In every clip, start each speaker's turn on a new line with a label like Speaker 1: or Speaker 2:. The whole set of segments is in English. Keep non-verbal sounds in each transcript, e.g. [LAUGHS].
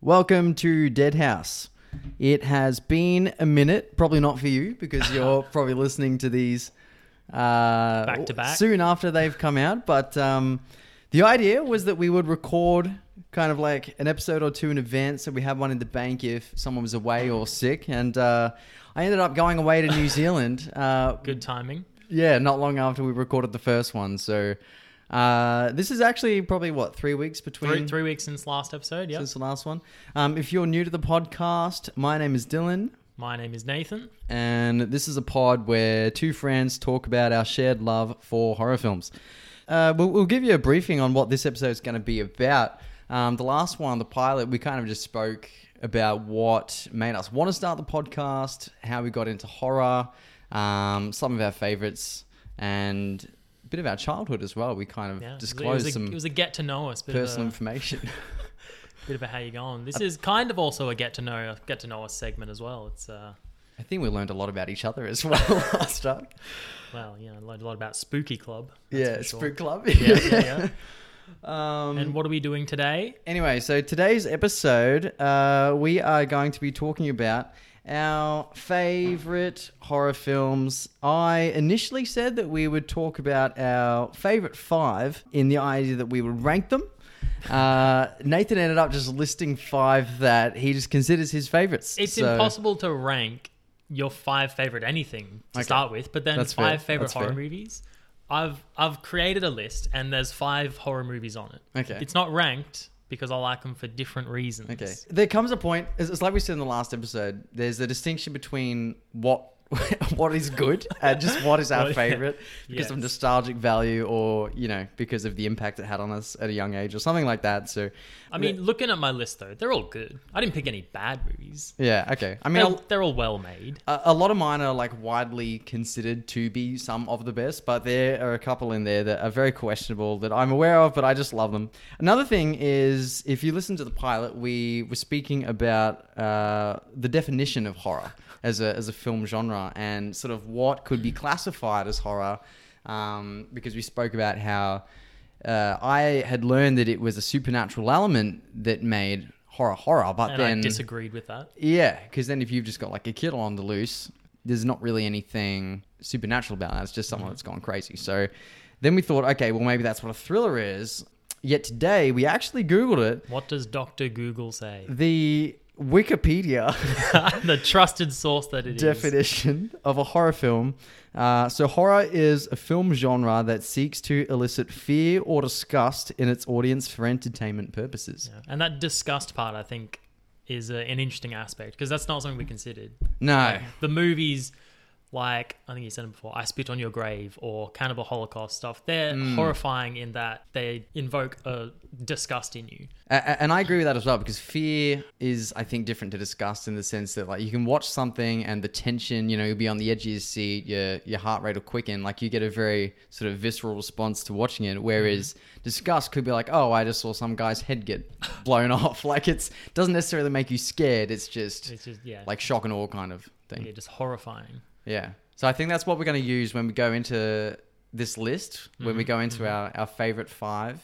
Speaker 1: Welcome to Dead House. It has been a minute, probably not for you
Speaker 2: [LAUGHS]
Speaker 1: because you're probably listening to these uh,
Speaker 2: Back to back.
Speaker 1: soon after they've come out. But um, the idea was that we would record kind of like an episode or two in advance, so we had one in the bank if someone was away or sick. And uh, I ended up going away to
Speaker 2: [LAUGHS]
Speaker 1: New Zealand. Uh,
Speaker 2: Good timing.
Speaker 1: yeah, not long after we recorded the first one. So uh, this is actually probably what three weeks between
Speaker 2: Three, three weeks since last episode. Yep.
Speaker 1: since the last one. Um, if you're new to the podcast, my name is Dylan,
Speaker 2: My name is Nathan.
Speaker 1: and this is a pod where two friends talk about our shared love for horror films. Uh, we'll, we'll give you a briefing on what this episode is going to be about. Um, the last one, the pilot, we kind of just spoke about what made us want to start the podcast, how we got into horror, um, some of our favorites, and a bit of our childhood as well. We kind of
Speaker 2: Yeah. it was-
Speaker 1: disclosed
Speaker 2: it was a,
Speaker 1: some
Speaker 2: It was a get to know us, bit
Speaker 1: personal Uh,
Speaker 2: of
Speaker 1: information. [LAUGHS]
Speaker 2: a bit of a how you going. This is kind of also a get to know get to know us segment as well. It's uh,
Speaker 1: I think we learned a lot about each other as [LAUGHS] well last time.
Speaker 2: well, you know, learned a lot about Spooky Club. that's
Speaker 1: Yeah,
Speaker 2: for sure.
Speaker 1: Spook Club.
Speaker 2: Yeah, yeah,
Speaker 1: [LAUGHS] um,
Speaker 2: yeah. and what are we doing today?
Speaker 1: anyway, so today's episode, uh, we are going to be talking about our favorite horror films. I initially said that we would talk about our favorite five in the idea that we would rank them. Uh, Nathan ended up just listing five that he just considers his favorites.
Speaker 2: It's
Speaker 1: So-
Speaker 2: impossible to rank your five favorite anything to
Speaker 1: Okay.
Speaker 2: start with, but then
Speaker 1: That's fair.
Speaker 2: five favorite
Speaker 1: That's
Speaker 2: horror
Speaker 1: fair.
Speaker 2: movies. I've I've created a list and there's five horror movies on it.
Speaker 1: Okay.
Speaker 2: It's not ranked because I like them for different reasons.
Speaker 1: Okay. There comes a point. It's, it's like we said in the last episode. There's a distinction between what [LAUGHS] what is good and just what is
Speaker 2: [LAUGHS]
Speaker 1: our
Speaker 2: What-
Speaker 1: favorite because of
Speaker 2: Yes.
Speaker 1: nostalgic value or you know because of the impact it had on us at a young age or something like that. So
Speaker 2: I mean, looking at my list though, they're all good. I didn't pick any bad movies.
Speaker 1: yeah. Okay. I mean.
Speaker 2: They're,
Speaker 1: a
Speaker 2: they're all well made.
Speaker 1: a a lot of mine are like widely considered to be some of the best, but there are a couple in there that are very questionable that I'm aware of, but I just love them. Another thing is, if you listen to the pilot, we were speaking about uh, the definition of horror as a as a film genre and sort of what could be classified as horror, um, because we spoke about how uh, I had learned that it was a supernatural element that made horror horror, but
Speaker 2: And
Speaker 1: then
Speaker 2: I disagreed with that.
Speaker 1: yeah, because then if you've just got like a kid on the loose, there's not really anything supernatural about that. It's just someone that's gone crazy. So then we thought, okay, well maybe that's what a thriller is. Yet today we actually Googled it.
Speaker 2: What does Dr. Google say? [LAUGHS]
Speaker 1: The Wikipedia [LAUGHS]
Speaker 2: the trusted source that it is.
Speaker 1: definition of a horror film. Uh, so horror is a film genre that seeks to elicit fear or disgust in its audience for entertainment purposes.
Speaker 2: Yeah. And that disgust part, I think, is a, an interesting aspect because that's not something we considered.
Speaker 1: No,
Speaker 2: The movies, like I think you said them before, I Spit on Your Grave or Cannibal Holocaust stuff, they're
Speaker 1: Mm.
Speaker 2: horrifying in that they invoke a disgust in you.
Speaker 1: A- a- And I agree with that as well because fear is, I think, different to disgust in the sense that like you can watch something and the tension, you know, you'll be on the edge of your seat, your your heart rate will quicken, like you get a very sort of visceral response to watching it. Whereas disgust could be like, oh, I just saw some guy's head get blown [LAUGHS] off. Like it's doesn't necessarily make you scared. It's just
Speaker 2: It's just, yeah,
Speaker 1: like shock and awe kind of
Speaker 2: yeah
Speaker 1: thing.
Speaker 2: just horrifying.
Speaker 1: Yeah. So I think that's what we're going to use when we go into this list, when we
Speaker 2: Mm-hmm.
Speaker 1: go into our, our favorite five.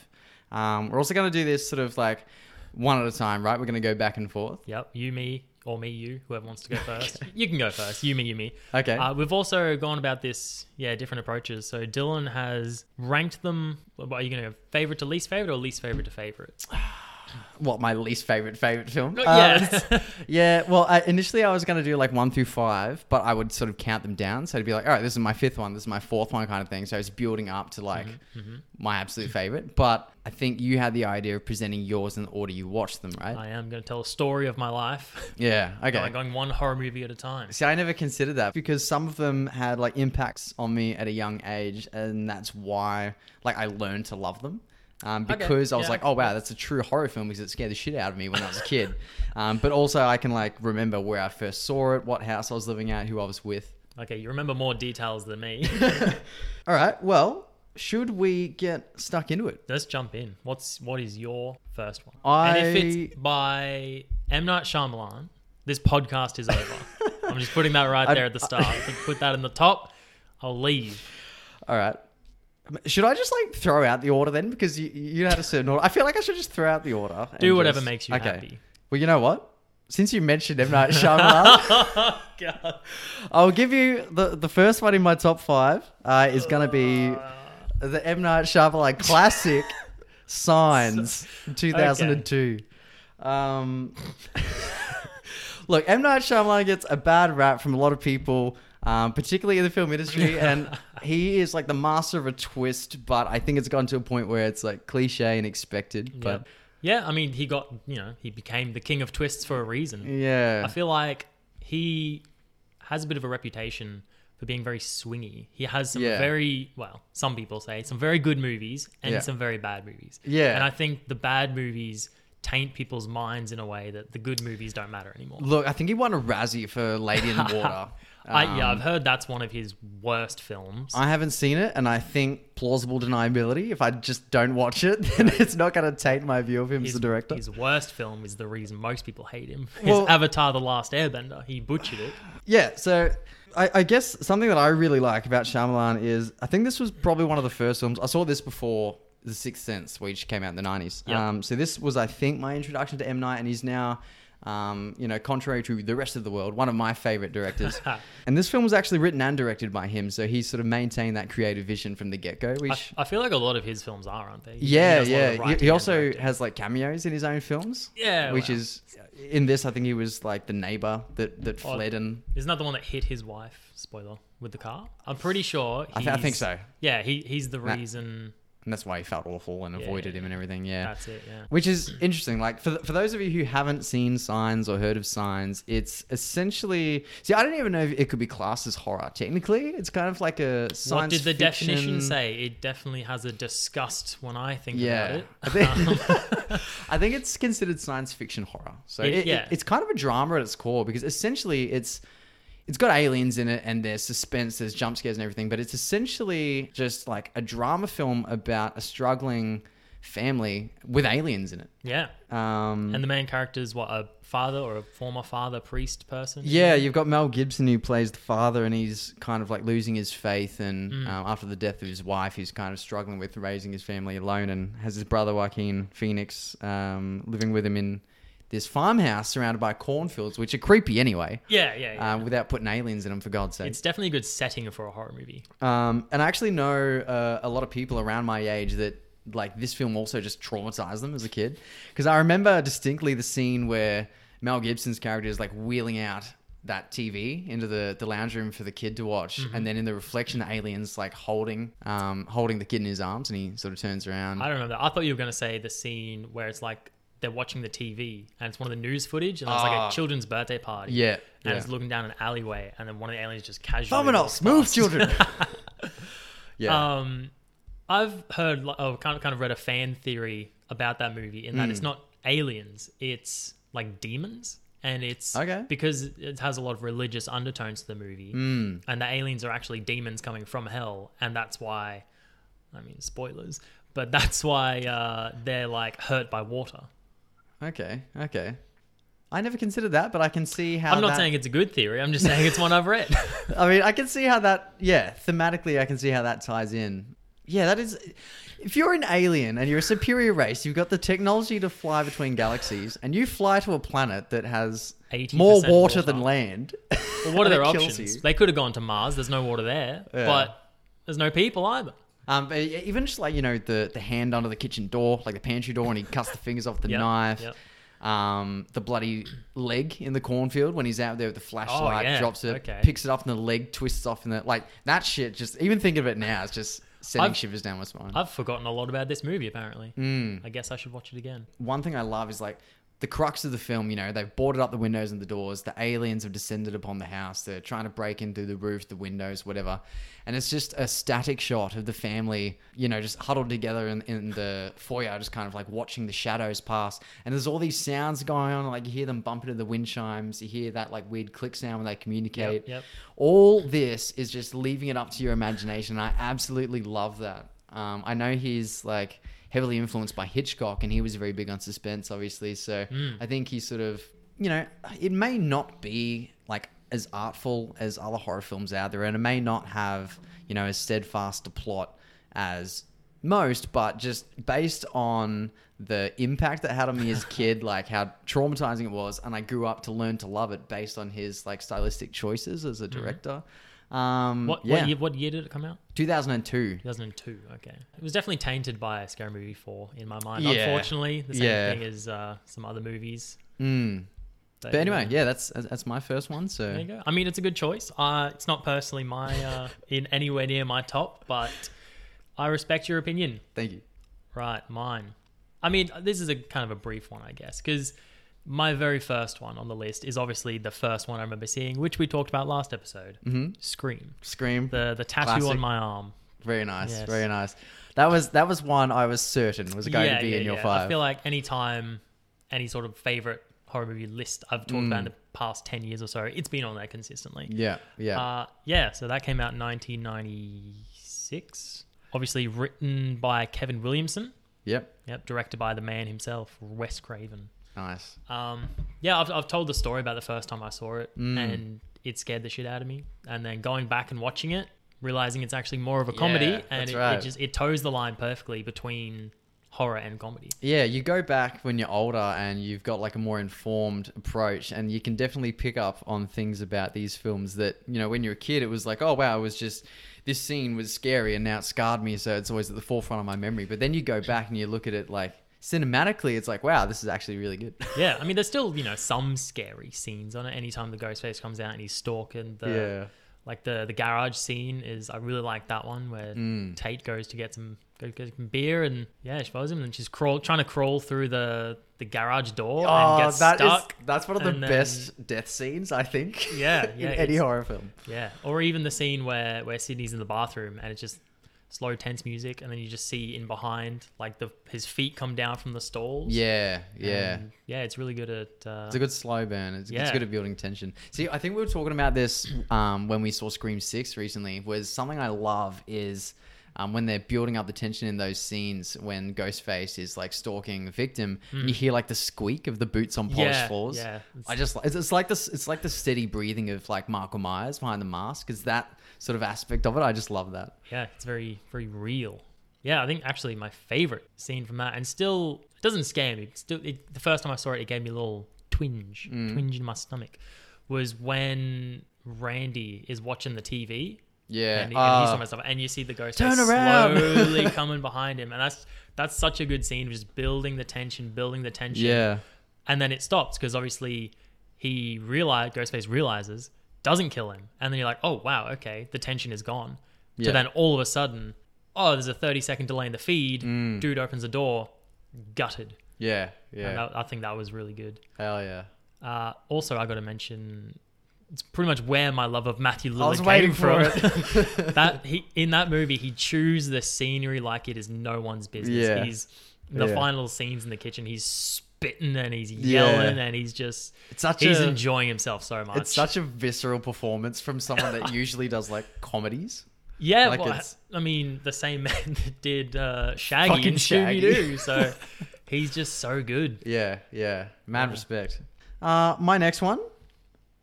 Speaker 1: Um, we're also going to do this sort of like one at a time, right? We're going to go back and forth.
Speaker 2: Yep, you, me, or me, you, whoever wants
Speaker 1: [LAUGHS]
Speaker 2: to go first. You can go first. You, me, you, me.
Speaker 1: Okay.
Speaker 2: Uh, we've also gone about this, yeah, different approaches. So Dylan has ranked them. What are you going to go favorite to least favorite or least favorite
Speaker 1: [LAUGHS]
Speaker 2: to favorite?
Speaker 1: what, my least favorite, favorite film?
Speaker 2: No,
Speaker 1: Uh,
Speaker 2: yeah. [LAUGHS]
Speaker 1: it's- [LAUGHS] yeah. Well, I, initially I was going to do like one through five, but I would sort of count them down. So it'd be like, all right, this is my fifth one, this is my fourth one kind of thing. So it's building up to like
Speaker 2: Mm-hmm.
Speaker 1: my absolute favorite. But I think you had the idea of presenting yours in the order you watched them, right?
Speaker 2: I am going to tell a story of my life.
Speaker 1: yeah. Okay.
Speaker 2: Going, going one horror movie at a time.
Speaker 1: See, I never considered that because some of them had like impacts on me at a young age, and that's why like I learned to love them. Um,
Speaker 2: Okay,
Speaker 1: because I was
Speaker 2: yeah.
Speaker 1: like, oh wow, that's a true horror film because it scared the shit out of me when I was a
Speaker 2: [LAUGHS]
Speaker 1: kid. um, but also, I can like remember where I first saw it, what house I was living at, who I was with.
Speaker 2: Okay, you remember more details
Speaker 1: [LAUGHS]
Speaker 2: than me.
Speaker 1: All right, well, should we get stuck into it?
Speaker 2: Let's jump in. What's what is your first one?
Speaker 1: I-
Speaker 2: And if it's by M Night Shyamalan, this podcast
Speaker 1: [LAUGHS]
Speaker 2: is over. I'm just putting that right
Speaker 1: I-
Speaker 2: there at the start. If you put that in the top. I'll leave.
Speaker 1: [LAUGHS] All right. Should I just like throw out the order then? Because you, you had a certain order. I feel like I should just throw out the order. and
Speaker 2: Do whatever
Speaker 1: just-
Speaker 2: makes you happy.
Speaker 1: Well, you know what? Since you mentioned M
Speaker 2: [LAUGHS]
Speaker 1: Night Shyamalan,
Speaker 2: God.
Speaker 1: I'll give you the the first one in my top five. Uh, is going to be the M Night Shyamalan
Speaker 2: [LAUGHS]
Speaker 1: classic Signs, two thousand and two. Um, look, M Night Shyamalan gets a bad rap from a lot of people. Um, particularly in the film
Speaker 2: [LAUGHS]
Speaker 1: industry, and he is like the master of a twist. But I think it's gotten to a point where it's like cliche and expected.
Speaker 2: Yeah.
Speaker 1: But
Speaker 2: yeah, I mean, he got, you know, he became the king of twists for a reason.
Speaker 1: yeah,
Speaker 2: I feel like he has a bit of a reputation for being very swingy. He has some
Speaker 1: Yeah.
Speaker 2: very, well, some people say, some very good movies and
Speaker 1: Yeah.
Speaker 2: some very bad movies.
Speaker 1: Yeah.
Speaker 2: And I think the bad movies taint people's minds in a way that the good movies don't matter anymore.
Speaker 1: Look, I think he won a Razzie for Lady in the Water.
Speaker 2: [LAUGHS] I, yeah,
Speaker 1: Um,
Speaker 2: I've heard that's one of his worst films.
Speaker 1: I haven't seen it, and I think plausible deniability. If I just don't watch it, [LAUGHS] then it's not going to taint my view of him as
Speaker 2: his,
Speaker 1: a director.
Speaker 2: his worst film is the reason most people hate him. [LAUGHS] His
Speaker 1: Well-
Speaker 2: Avatar: The Last Airbender. He butchered
Speaker 1: [LAUGHS]
Speaker 2: it.
Speaker 1: Yeah, so I, I guess something that I really like about Shyamalan is I think this was probably one of the first films. I saw this before The Sixth Sense, which came out in the 90s.
Speaker 2: Yeah.
Speaker 1: Um, so this was, I think, my introduction to M. Night, and he's now. Um, you know, contrary to the rest of the world, one of my favorite directors.
Speaker 2: [LAUGHS]
Speaker 1: and this film was actually written and directed by him, so he sort of maintained that creative vision from the get go,
Speaker 2: I,
Speaker 1: which
Speaker 2: I feel like a lot of his films are, aren't they? He
Speaker 1: Yeah,
Speaker 2: does a lot of
Speaker 1: yeah. He,
Speaker 2: writing
Speaker 1: he
Speaker 2: and
Speaker 1: also
Speaker 2: directing.
Speaker 1: has like cameos in his own films.
Speaker 2: Yeah,
Speaker 1: which
Speaker 2: wow.
Speaker 1: is in this. I think he was like the neighbor that that
Speaker 2: Oh,
Speaker 1: fled and
Speaker 2: Isn't that the one that hit his wife? Spoiler with the car. I'm pretty sure.
Speaker 1: I, th- I think
Speaker 2: he's-
Speaker 1: so,
Speaker 2: Yeah, he he's the
Speaker 1: Nah.
Speaker 2: reason.
Speaker 1: and that's why he felt awful and
Speaker 2: Yeah,
Speaker 1: avoided
Speaker 2: yeah,
Speaker 1: him and everything. Yeah,
Speaker 2: That's it. Yeah.
Speaker 1: which is interesting. Like for th- for those of you who haven't seen Signs or heard of Signs, it's essentially see. I don't even know if it could be classed as horror. Technically, it's kind of like a science
Speaker 2: what did the definition
Speaker 1: fiction-
Speaker 2: say? It definitely has a disgust when I think
Speaker 1: Yeah, I
Speaker 2: about it.
Speaker 1: [LAUGHS]
Speaker 2: Um,
Speaker 1: think, I think it's considered science fiction horror. So
Speaker 2: It-
Speaker 1: it- it-
Speaker 2: yeah.
Speaker 1: it's kind of a drama at its core because essentially it's it's got aliens in it and there's suspense, there's jump scares and everything, but it's essentially just like a drama film about a struggling family with aliens in it.
Speaker 2: yeah.
Speaker 1: Um,
Speaker 2: And the main character is what a father or a former father priest person.
Speaker 1: yeah, you've got Mel Gibson who plays the father, and he's kind of like losing his faith. And um, after the death of his wife, he's kind of struggling with raising his family alone, and has his brother Joaquin Phoenix um, living with him in this farmhouse surrounded by cornfields, which are creepy anyway,
Speaker 2: Yeah, yeah, yeah.
Speaker 1: um, without putting aliens in them for God's sake.
Speaker 2: it's definitely a good setting for a horror movie.
Speaker 1: Um, and I actually know uh, a lot of people around my age that like this film also just traumatized them as a kid because I remember distinctly the scene where Mel Gibson's character is like wheeling out that TV into the, the lounge room for the kid to watch,
Speaker 2: Mm-hmm.
Speaker 1: and then in the reflection, the aliens like holding um, holding the kid in his arms, and he sort of turns around.
Speaker 2: I don't remember. I thought you were going to say the scene where it's like they're watching the TV and it's one of the news footage and it's
Speaker 1: Ah.
Speaker 2: like a children's birthday party.
Speaker 1: yeah,
Speaker 2: And
Speaker 1: yeah.
Speaker 2: it's looking down an alleyway and then one of the aliens just casually.
Speaker 1: Dominoes,
Speaker 2: walks
Speaker 1: move,
Speaker 2: past.
Speaker 1: children. [LAUGHS] yeah,
Speaker 2: [LAUGHS] Um, I've heard li- oh, kind of kind of read a fan theory about that movie in that
Speaker 1: Hmm.
Speaker 2: it's not aliens, it's like demons, and it's
Speaker 1: Okay.
Speaker 2: because it has a lot of religious undertones to the movie,
Speaker 1: Hmm.
Speaker 2: and the aliens are actually demons coming from hell, and that's why, I mean, spoilers, but [LAUGHS] that's why uh, they're like hurt by water.
Speaker 1: okay, okay. I never considered that, but I can see how
Speaker 2: I'm not
Speaker 1: that-
Speaker 2: saying it's a good theory. I'm just saying it's one
Speaker 1: [LAUGHS]
Speaker 2: I've read.
Speaker 1: I mean, I can see how that, yeah, thematically, I can see how that ties in. Yeah, that is. If you're an alien and you're a superior race, you've got the technology to fly between galaxies, and you fly to a planet that has
Speaker 2: 80%
Speaker 1: more water, than
Speaker 2: water.
Speaker 1: land.
Speaker 2: Well, what
Speaker 1: [LAUGHS]
Speaker 2: are
Speaker 1: and
Speaker 2: their
Speaker 1: it kills
Speaker 2: options?
Speaker 1: you.
Speaker 2: They could have gone to Mars. There's no water there,
Speaker 1: Yeah.
Speaker 2: but there's no people either.
Speaker 1: Um, but e- even just like you know the the hand under the kitchen door, like the pantry door, and he cuts the fingers off the
Speaker 2: [LAUGHS] Yep,
Speaker 1: knife.
Speaker 2: yep.
Speaker 1: Um, the bloody leg in the cornfield when he's out there with the flashlight,
Speaker 2: Oh, yeah,
Speaker 1: drops it,
Speaker 2: okay.
Speaker 1: picks it up, and the leg twists off, and the like that shit. Just even thinking of it now, it's just sending
Speaker 2: I've-
Speaker 1: shivers down my spine.
Speaker 2: I've forgotten a lot about this movie, apparently.
Speaker 1: Hmm.
Speaker 2: I guess I should watch it again.
Speaker 1: one thing I love is like the crux of the film, you know, they've boarded up the windows and the doors. The aliens have descended upon the house. They're trying to break in through the roof, the windows, whatever. And it's just a static shot of the family, you know, just huddled together in, in the foyer, just kind of like watching the shadows pass. And there's all these sounds going on. Like you hear them bump into the wind chimes. You hear that like weird click sound when they communicate.
Speaker 2: yep.
Speaker 1: All this is just leaving it up to your imagination. I absolutely love that. Um, I know he's like heavily influenced by Hitchcock, and he was very big on suspense, obviously. So I think he sort of, you know, it may not be like as artful as other horror films out there, and it may not have, you know, as steadfast a plot as most, but just based on the impact that had on me as a
Speaker 2: [LAUGHS]
Speaker 1: kid, like how traumatizing it was, and I grew up to learn to love it based on his like stylistic choices as a director. Um,
Speaker 2: Mm-hmm. What,
Speaker 1: yeah,
Speaker 2: what, year, what year did it come out?
Speaker 1: 2002.
Speaker 2: 2002. Okay. It was definitely tainted by Scary Movie 4 in my mind.
Speaker 1: Yeah.
Speaker 2: Unfortunately, the same
Speaker 1: Yeah.
Speaker 2: thing as uh, some other movies.
Speaker 1: Mm.
Speaker 2: that,
Speaker 1: But anyway,
Speaker 2: uh,
Speaker 1: yeah, that's that's my first one.
Speaker 2: There
Speaker 1: So
Speaker 2: you go. I mean, it's a good choice. Uh, it's not personally my uh, in anywhere near my top, but I respect your opinion.
Speaker 1: thank you.
Speaker 2: Right, mine. I mean, this is a kind of a brief one, I guess, because my very first one on the list is obviously the first one I remember seeing, which we talked about last episode.
Speaker 1: Mhm.
Speaker 2: Scream.
Speaker 1: Scream,
Speaker 2: The the tattoo
Speaker 1: Classic.
Speaker 2: on my arm.
Speaker 1: very nice,
Speaker 2: Yes.
Speaker 1: very nice. That was that was one I was certain was going
Speaker 2: Yeah,
Speaker 1: to be
Speaker 2: yeah,
Speaker 1: in your
Speaker 2: yeah.
Speaker 1: five.
Speaker 2: I feel like any time any sort of favorite horror movie list I've talked
Speaker 1: Mm.
Speaker 2: about in the past ten years or so, it's been on there consistently.
Speaker 1: yeah, yeah,
Speaker 2: Uh, yeah, so that came out in 1996. Obviously written by Kevin Williamson.
Speaker 1: yep,
Speaker 2: Yep, directed by the man himself, Wes Craven.
Speaker 1: nice.
Speaker 2: Um, yeah, I've, I've told the story about the first time I saw it,
Speaker 1: Mm.
Speaker 2: and it scared the shit out of me. And then going back and watching it, realizing it's actually more of a comedy,
Speaker 1: Yeah,
Speaker 2: and
Speaker 1: that's
Speaker 2: it,
Speaker 1: right.
Speaker 2: it just it toes the line perfectly between horror and comedy.
Speaker 1: Yeah, you go back when you're older and you've got like a more informed approach, and you can definitely pick up on things about these films that, you know, when you're a kid, it was like, oh, wow, it was just this scene was scary and now it scarred me. So it's always at the forefront of my memory. But then you go back and you look at it like cinematically, it's like, wow, this is actually really good.
Speaker 2: Yeah, I mean, there's still you know some scary scenes on it. Anytime the ghost face comes out and he's stalking the like the the garage scene is I really like that one where
Speaker 1: Mm.
Speaker 2: Tate goes to get some go get some beer and yeah she follows him and she's crawl trying to crawl through the the garage door and
Speaker 1: Oh,
Speaker 2: gets
Speaker 1: that is-
Speaker 2: stuck.
Speaker 1: that's one of the
Speaker 2: and then-
Speaker 1: best death scenes, I think.
Speaker 2: Yeah,
Speaker 1: [LAUGHS] in
Speaker 2: yeah,
Speaker 1: any
Speaker 2: it's-
Speaker 1: horror film.
Speaker 2: Yeah, or even the scene where where Sydney's in the bathroom and it's just slow tense music and then you just see in behind like the his feet come down from the stalls.
Speaker 1: Yeah, yeah.
Speaker 2: And, yeah, it's really good at. Uh,
Speaker 1: It's a good slow burn. It's, it's
Speaker 2: Yeah.
Speaker 1: good at building tension. See, I think we were talking about this um, when we saw Scream Six recently. Was something I love is um, when they're building up the tension in those scenes when Ghostface is like stalking a victim. And you hear like the squeak of the boots on polished
Speaker 2: Hmm. Yeah,
Speaker 1: floors.
Speaker 2: yeah. It's-
Speaker 1: I just it's, it's like this. It's like the steady breathing of like Michael Myers behind the mask. Is that sort of aspect of it? I just love that.
Speaker 2: yeah, it's very very real. Yeah, I think actually my favorite scene from that and still it doesn't scare me. It's Still, it, the first time I saw it, it gave me a little twinge,
Speaker 1: Mm.
Speaker 2: twinge in my stomach. Was when Randy is watching the TV
Speaker 1: Yeah.
Speaker 2: and, he, and he's
Speaker 1: Ah.
Speaker 2: on myself, and you see the ghost
Speaker 1: Turn
Speaker 2: face
Speaker 1: around. [LAUGHS]
Speaker 2: slowly coming behind him, and that's that's such a good scene, just building the tension, building the tension,
Speaker 1: Ah, yeah.
Speaker 2: and then it stops because obviously he realized Ghostface realizes doesn't kill him, and then you're like, oh wow, okay, the tension is gone.
Speaker 1: Yeah.
Speaker 2: So then all of a sudden, oh, there's a 30 second delay in the feed.
Speaker 1: Mm.
Speaker 2: Dude opens the door, gutted.
Speaker 1: Yeah.
Speaker 2: And uh,
Speaker 1: Yeah.
Speaker 2: that, I think that was really good.
Speaker 1: Hell yeah.
Speaker 2: Uh, also, I got to mention, it's pretty much where my love of Matthew
Speaker 1: was
Speaker 2: Lillard
Speaker 1: waiting
Speaker 2: came
Speaker 1: for
Speaker 2: from. [LAUGHS] that he in that movie, he chews the scenery like it is no one's business.
Speaker 1: Yeah.
Speaker 2: He's in the
Speaker 1: Yeah.
Speaker 2: final scenes in the kitchen. He's spitting and he's yelling
Speaker 1: Yeah.
Speaker 2: and he's just
Speaker 1: [LAUGHS] It's such
Speaker 2: he's
Speaker 1: a-
Speaker 2: enjoying himself so much.
Speaker 1: It's such a visceral performance from someone
Speaker 2: [LAUGHS]
Speaker 1: that usually does like comedies.
Speaker 2: yeah.
Speaker 1: like
Speaker 2: well,
Speaker 1: it's-
Speaker 2: I mean, the same [LAUGHS] man that did uh, Shaggy
Speaker 1: Fucking
Speaker 2: and Scooby
Speaker 1: Shaggy. [LAUGHS]
Speaker 2: Doo. [LAUGHS] So he's just so good.
Speaker 1: Yeah, yeah. Mad respect. Uh, my next one,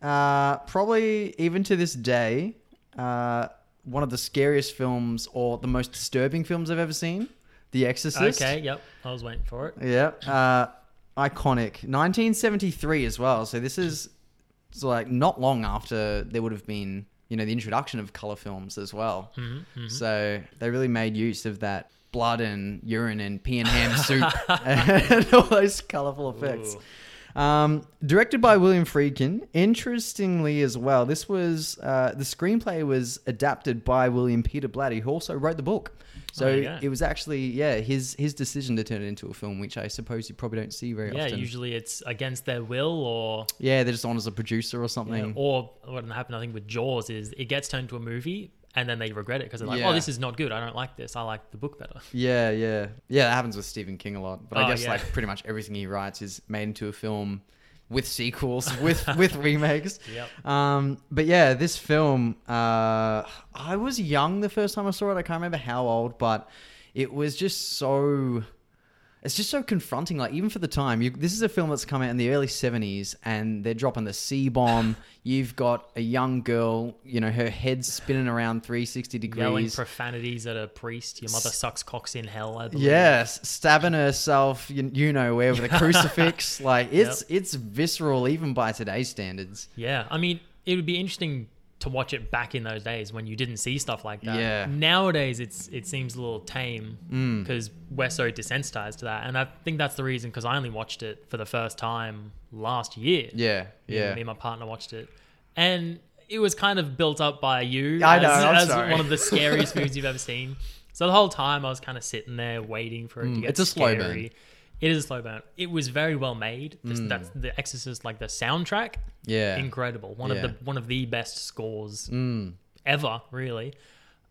Speaker 1: uh, probably even to this day, uh, one of the scariest films or the most disturbing films I've ever seen, The Exorcist.
Speaker 2: Okay. Yep. I was waiting for it.
Speaker 1: Yeah. Uh, iconic. 1973 as well. So this is it's like not long after there would have been, you know, the introduction of color films as well. So they really made use of that blood and urine and pea and ham soup and all those colorful effects. Um, directed by William Friedkin. Interestingly, as well, this was uh, the screenplay was adapted by William Peter Blatty, who also wrote the book. So
Speaker 2: there you go.
Speaker 1: it was actually yeah his his decision to turn it into a film, which I suppose you probably don't see very
Speaker 2: Yeah,
Speaker 1: often.
Speaker 2: usually it's against their will or
Speaker 1: Yeah, they're just on as a producer or
Speaker 2: you know,
Speaker 1: something.
Speaker 2: or what happened I think with Jaws is it gets turned into a movie and then they regret it because they're like,
Speaker 1: Yeah.
Speaker 2: oh, this is not good. I don't like this. I like the book better.
Speaker 1: Yeah, yeah, yeah. That happens with Stephen King a lot. But I
Speaker 2: Oh,
Speaker 1: guess
Speaker 2: yeah.
Speaker 1: like pretty much everything he writes is made into a film with
Speaker 2: [LAUGHS]
Speaker 1: sequels, with with remakes.
Speaker 2: Yep.
Speaker 1: Um, but yeah, this film. Uh, I was young the first time I saw it. I can't remember how old, but it was just so. it's just so confronting. Like even for the time, you, this is a film that's come out in the early '70s, and they're dropping the C
Speaker 2: [LAUGHS]
Speaker 1: bomb. You've got a young girl, you know, her head spinning around 360
Speaker 2: Yelling
Speaker 1: degrees.
Speaker 2: profanities at a priest. Your mother sucks cocks in hell. I believe.
Speaker 1: yes, stabbing herself, you, you know, where [LAUGHS] with a crucifix. Like it's it's visceral even by today's standards.
Speaker 2: Yeah, I mean, it would be interesting to watch it back in those days when you didn't see stuff like that.
Speaker 1: Yeah.
Speaker 2: Nowadays, it's it seems a little tame because we're so desensitized to that, and I think that's the reason because I only watched it for the first time last year.
Speaker 1: Yeah,
Speaker 2: Me-
Speaker 1: yeah.
Speaker 2: Me and my partner watched it, and it was kind of built up by you
Speaker 1: I
Speaker 2: as,
Speaker 1: know, I'm
Speaker 2: as
Speaker 1: sorry.
Speaker 2: one of
Speaker 1: [LAUGHS]
Speaker 2: the scariest movies you've ever seen. So the whole time I was kind of sitting there waiting for it to get
Speaker 1: Mm, it's a slow burn. Mm.
Speaker 2: scary. It is a slow burn. It was very well made. This- That's The Exorcist, like the soundtrack,
Speaker 1: Yeah.
Speaker 2: incredible. One
Speaker 1: Yeah. Mm.
Speaker 2: of the one of the best scores ever, really.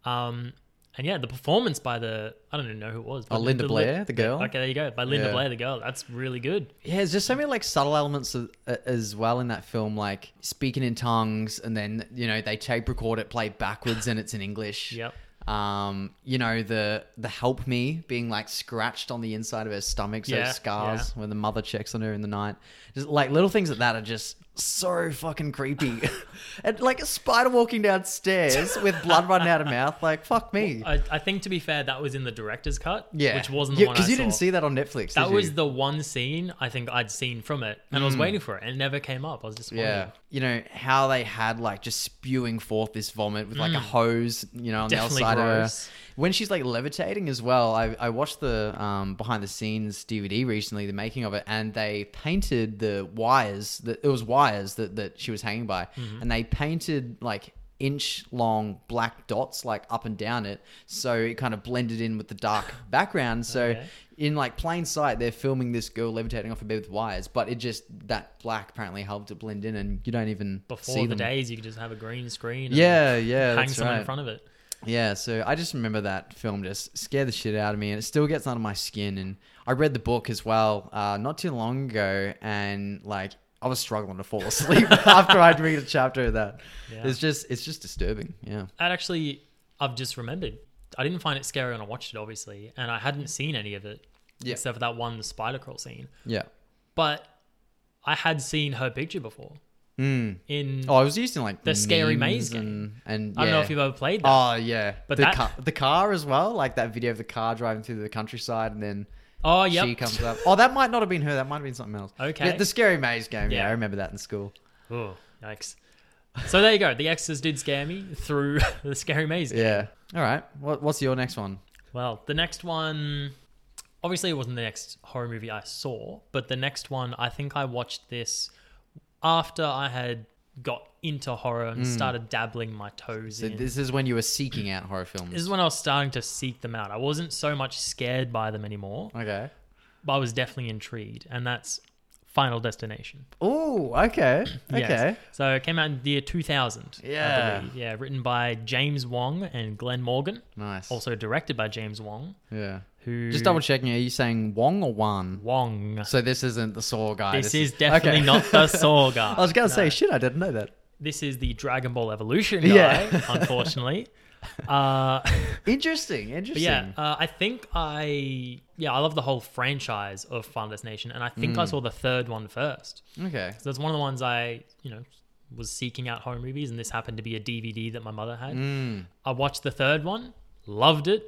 Speaker 2: Um, and yeah, the performance by the I don't even know who it was. But
Speaker 1: Oh, Linda
Speaker 2: the-
Speaker 1: Blair, the girl?
Speaker 2: Okay, there you go. By Linda
Speaker 1: Yeah.
Speaker 2: Blair, the girl. That's really good.
Speaker 1: Yeah, there's just so many like subtle elements of, uh, as well in that film, like speaking in tongues, and then you know they tape record it, play it backwards, and it's in English.
Speaker 2: Yep.
Speaker 1: Um, you know the the help me being like scratched on the inside of her stomach, so
Speaker 2: Yeah,
Speaker 1: scars when the mother checks on her in the night. Just like little things like that are just so fucking
Speaker 2: [LAUGHS]
Speaker 1: creepy, and like a spider walking downstairs with blood running out of mouth. Like fuck me.
Speaker 2: I, I think to be fair, that was in the director's cut.
Speaker 1: yeah,
Speaker 2: which wasn't the one I
Speaker 1: because you didn't
Speaker 2: saw.
Speaker 1: see that on Netflix.
Speaker 2: That
Speaker 1: did
Speaker 2: was
Speaker 1: you? Hmm.
Speaker 2: the one scene I think I'd seen from it, and I was waiting for it, and it never came up. I was disappointed.
Speaker 1: Yeah. You know, how they had like just spewing forth this vomit with like a hose, you know, on
Speaker 2: Mm. Definitely
Speaker 1: the outside
Speaker 2: gross.
Speaker 1: of her. When she's like levitating as well, I, I watched the um, behind the scenes DVD recently, the making of it, and they painted the wires that it was wires that, that she was hanging by,
Speaker 2: Mm-hmm.
Speaker 1: and they painted like inch long black dots like up and down it so it kind of blended in with the dark
Speaker 2: [LAUGHS]
Speaker 1: background so
Speaker 2: Okay.
Speaker 1: in like plain sight, they're filming this girl levitating off a bed with wires, but it just that black apparently helped it blend in, and you don't even
Speaker 2: Before
Speaker 1: see
Speaker 2: the
Speaker 1: them.
Speaker 2: days, you could just have a green screen. And
Speaker 1: Yeah, yeah,
Speaker 2: [LAUGHS] hang
Speaker 1: that's
Speaker 2: someone
Speaker 1: right.
Speaker 2: in front of it.
Speaker 1: Yeah, so I just remember that film just scared the shit out of me, and it still gets under my skin. And I read the book as well uh, not too long ago, and like I was struggling to fall
Speaker 2: [LAUGHS]
Speaker 1: asleep after I'd read a chapter of that.
Speaker 2: Yeah.
Speaker 1: It's just it's just disturbing. Yeah,
Speaker 2: That actually, I've just remembered. I didn't find it scary when I watched it, obviously, and I hadn't seen any of it
Speaker 1: Yeah.
Speaker 2: except for that one spider crawl scene.
Speaker 1: yeah.
Speaker 2: But I had seen her picture before. In
Speaker 1: Oh, I was using like
Speaker 2: The Scary
Speaker 1: memes
Speaker 2: Maze game.
Speaker 1: and, and
Speaker 2: I don't know
Speaker 1: yeah.
Speaker 2: if you've ever played that.
Speaker 1: Oh yeah,
Speaker 2: But
Speaker 1: the
Speaker 2: that-
Speaker 1: car, the car as well, like that video of the car driving through the countryside, and then
Speaker 2: oh yeah,
Speaker 1: she comes up. Oh, that might not have been her. That might have been something else.
Speaker 2: Okay.
Speaker 1: Yeah, the scary maze game. Yeah.
Speaker 2: Yeah.
Speaker 1: I remember that in school.
Speaker 2: Oh, yikes. So there you go. The Exorcist did scare me through [LAUGHS] the scary maze. game.
Speaker 1: Yeah. All right. What, what's your next one?
Speaker 2: Well, the next one, obviously, it wasn't the next horror movie I saw, but the next one, I think I watched this after I had got into horror and started dabbling my toes
Speaker 1: Hmm. So
Speaker 2: in.
Speaker 1: this is when you were seeking out horror films.
Speaker 2: this is when I was starting to seek them out. I wasn't so much scared by them anymore,
Speaker 1: okay.
Speaker 2: but I was definitely intrigued, and that's Final Destination.
Speaker 1: Oh, okay. Okay.
Speaker 2: [CLEARS THROAT] Yes. So it came out in the year 2000. I
Speaker 1: Yeah.
Speaker 2: believe. Yeah. Written by James Wong and Glenn Morgan.
Speaker 1: Nice.
Speaker 2: Also directed by James Wong,
Speaker 1: yeah.
Speaker 2: who.
Speaker 1: Just double checking. Are you saying Wong or Wan?
Speaker 2: Wong.
Speaker 1: So this isn't the Saw guy.
Speaker 2: This is definitely
Speaker 1: okay.
Speaker 2: not
Speaker 1: [LAUGHS]
Speaker 2: the Saw guy.
Speaker 1: I was gonna say shit. I didn't know that.
Speaker 2: This is the Dragon Ball Evolution guy,
Speaker 1: Yeah.
Speaker 2: unfortunately.
Speaker 1: [LAUGHS]
Speaker 2: Uh,
Speaker 1: Interesting.
Speaker 2: but
Speaker 1: Interesting.
Speaker 2: yeah, uh, I think I. Yeah, I love the whole franchise of Final Destination, and I think
Speaker 1: Mm.
Speaker 2: I saw the third one first.
Speaker 1: Okay.
Speaker 2: So that's one of the ones I, you know, was seeking out horror movies, and this happened to be a DVD that my mother had.
Speaker 1: Mm.
Speaker 2: I watched the third one, loved it,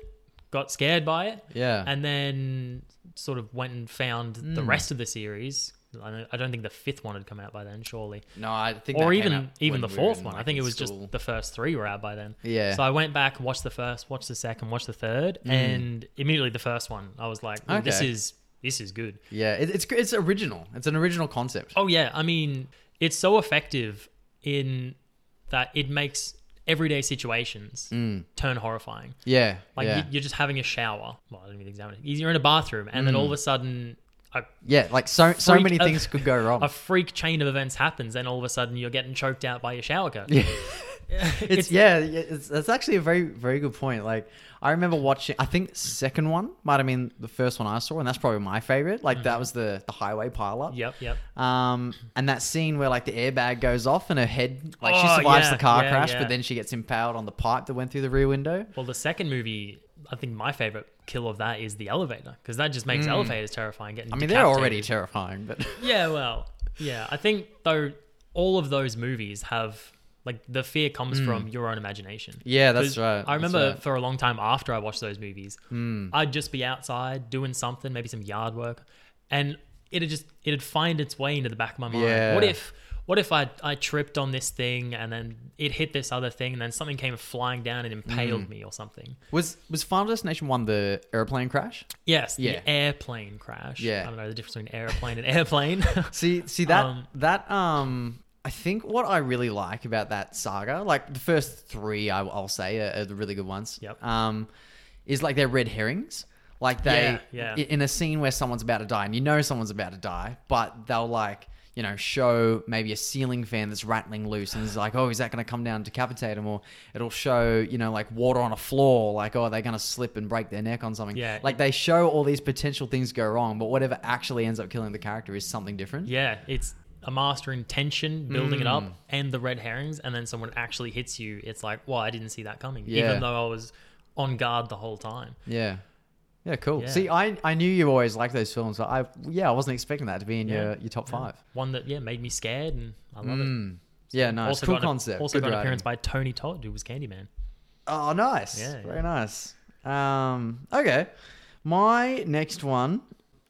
Speaker 2: got scared by it,
Speaker 1: Yeah. Mm.
Speaker 2: and then sort of went and found the rest of the series. I don't- I don't think the fifth one had come out by then, surely,
Speaker 1: no, I think. that
Speaker 2: or
Speaker 1: came
Speaker 2: even
Speaker 1: out
Speaker 2: even the
Speaker 1: when we were
Speaker 2: fourth
Speaker 1: in,
Speaker 2: one. I
Speaker 1: like,
Speaker 2: think it
Speaker 1: in
Speaker 2: was
Speaker 1: school.
Speaker 2: just the first three were out by then.
Speaker 1: Yeah. Mm.
Speaker 2: So I went back, watched the first, watched the second, watched the third, and immediately the first one, I was like, "Ooh, "This
Speaker 1: Okay.
Speaker 2: is this is good."
Speaker 1: Yeah, it, it's it's original. It's an original concept.
Speaker 2: Oh yeah, I mean, it's so effective in that it makes everyday situations turn horrifying.
Speaker 1: Yeah,
Speaker 2: Like
Speaker 1: Mm. yeah,
Speaker 2: you- you're just having a shower. Well, I didn't even examine it. You're in a bathroom, and then all
Speaker 1: Mm.
Speaker 2: of a sudden, a,
Speaker 1: yeah. Like so, so
Speaker 2: freak
Speaker 1: many
Speaker 2: of-
Speaker 1: things could go wrong.
Speaker 2: a freak chain of events happens, and all of a sudden, you're getting choked out by your shower curtain.
Speaker 1: [LAUGHS] yeah,
Speaker 2: [LAUGHS]
Speaker 1: it's, yeah, yeah, it's, that's actually a very very good point. Like I remember watching, I think second one might have been the first one I saw, and that's probably my favorite. Like
Speaker 2: Mm.
Speaker 1: that was the the highway pileup.
Speaker 2: Yep, yep.
Speaker 1: Um, and that scene where like the airbag goes off and her head, like
Speaker 2: Oh,
Speaker 1: she survives
Speaker 2: yeah,
Speaker 1: the car
Speaker 2: yeah,
Speaker 1: crash,
Speaker 2: yeah.
Speaker 1: but then she gets impaled on the pipe that went through the rear window.
Speaker 2: Well, the second movie, I think my favorite kill of that is the elevator because that just makes elevators terrifying. Getting
Speaker 1: Mm. I mean, they're already terrifying, but [LAUGHS]
Speaker 2: yeah, well, yeah. I think though all of those movies have like the fear comes from your own imagination.
Speaker 1: Hmm. Yeah, that's
Speaker 2: 'Cause
Speaker 1: right, that's
Speaker 2: I remember
Speaker 1: right. Hmm.
Speaker 2: for a long time after I watched those movies, I'd just be outside doing something, maybe some yard work, and it'd just it'd find its way into the back of my mind.
Speaker 1: Yeah.
Speaker 2: What if what if I, I tripped on this thing and then it hit this other thing and then something came flying down and impaled
Speaker 1: Hmm.
Speaker 2: me or something?
Speaker 1: was was Final Destination one the airplane crash?
Speaker 2: Yes,
Speaker 1: Yeah.
Speaker 2: the airplane crash.
Speaker 1: Yeah.
Speaker 2: I don't know the difference between airplane and [LAUGHS] airplane.
Speaker 1: See, see that
Speaker 2: Um,
Speaker 1: that um, I think what I really like about that saga, like the first three, I, will say, are, are the really good ones.
Speaker 2: Yep.
Speaker 1: Um, is like they're red herrings. Like they,
Speaker 2: Yeah, yeah.
Speaker 1: i- in a scene where someone's about to die, and you know someone's about to die, but they'll like, you know, show maybe a ceiling fan that's rattling loose, and it's like, oh, is that going to come down and decapitate him? Or it'll show, you know, like water on a floor, like, oh, they're going to slip and break their neck on something.
Speaker 2: Yeah.
Speaker 1: Like they show all these potential things go wrong, but whatever actually ends up killing the character is something different.
Speaker 2: Yeah, it's a master in tension, building it
Speaker 1: Mm.
Speaker 2: up, and the red herrings, and then someone actually hits you. It's like, well, I didn't see that coming,
Speaker 1: Yeah.
Speaker 2: even though I was on guard the whole time.
Speaker 1: Yeah. Yeah, cool.
Speaker 2: Yeah.
Speaker 1: See, I, I knew you always liked those films, but I yeah, I wasn't expecting that to be in
Speaker 2: Yeah.
Speaker 1: your, your top five.
Speaker 2: One that yeah made me scared, and I love it.
Speaker 1: Yeah, Mm, nice.
Speaker 2: Also
Speaker 1: cool
Speaker 2: got an-
Speaker 1: concept.
Speaker 2: also
Speaker 1: Good
Speaker 2: got an
Speaker 1: writing.
Speaker 2: appearance by Tony Todd, who was Candyman.
Speaker 1: Oh, nice.
Speaker 2: Yeah,
Speaker 1: Very
Speaker 2: yeah.
Speaker 1: nice. Um, okay. My next one,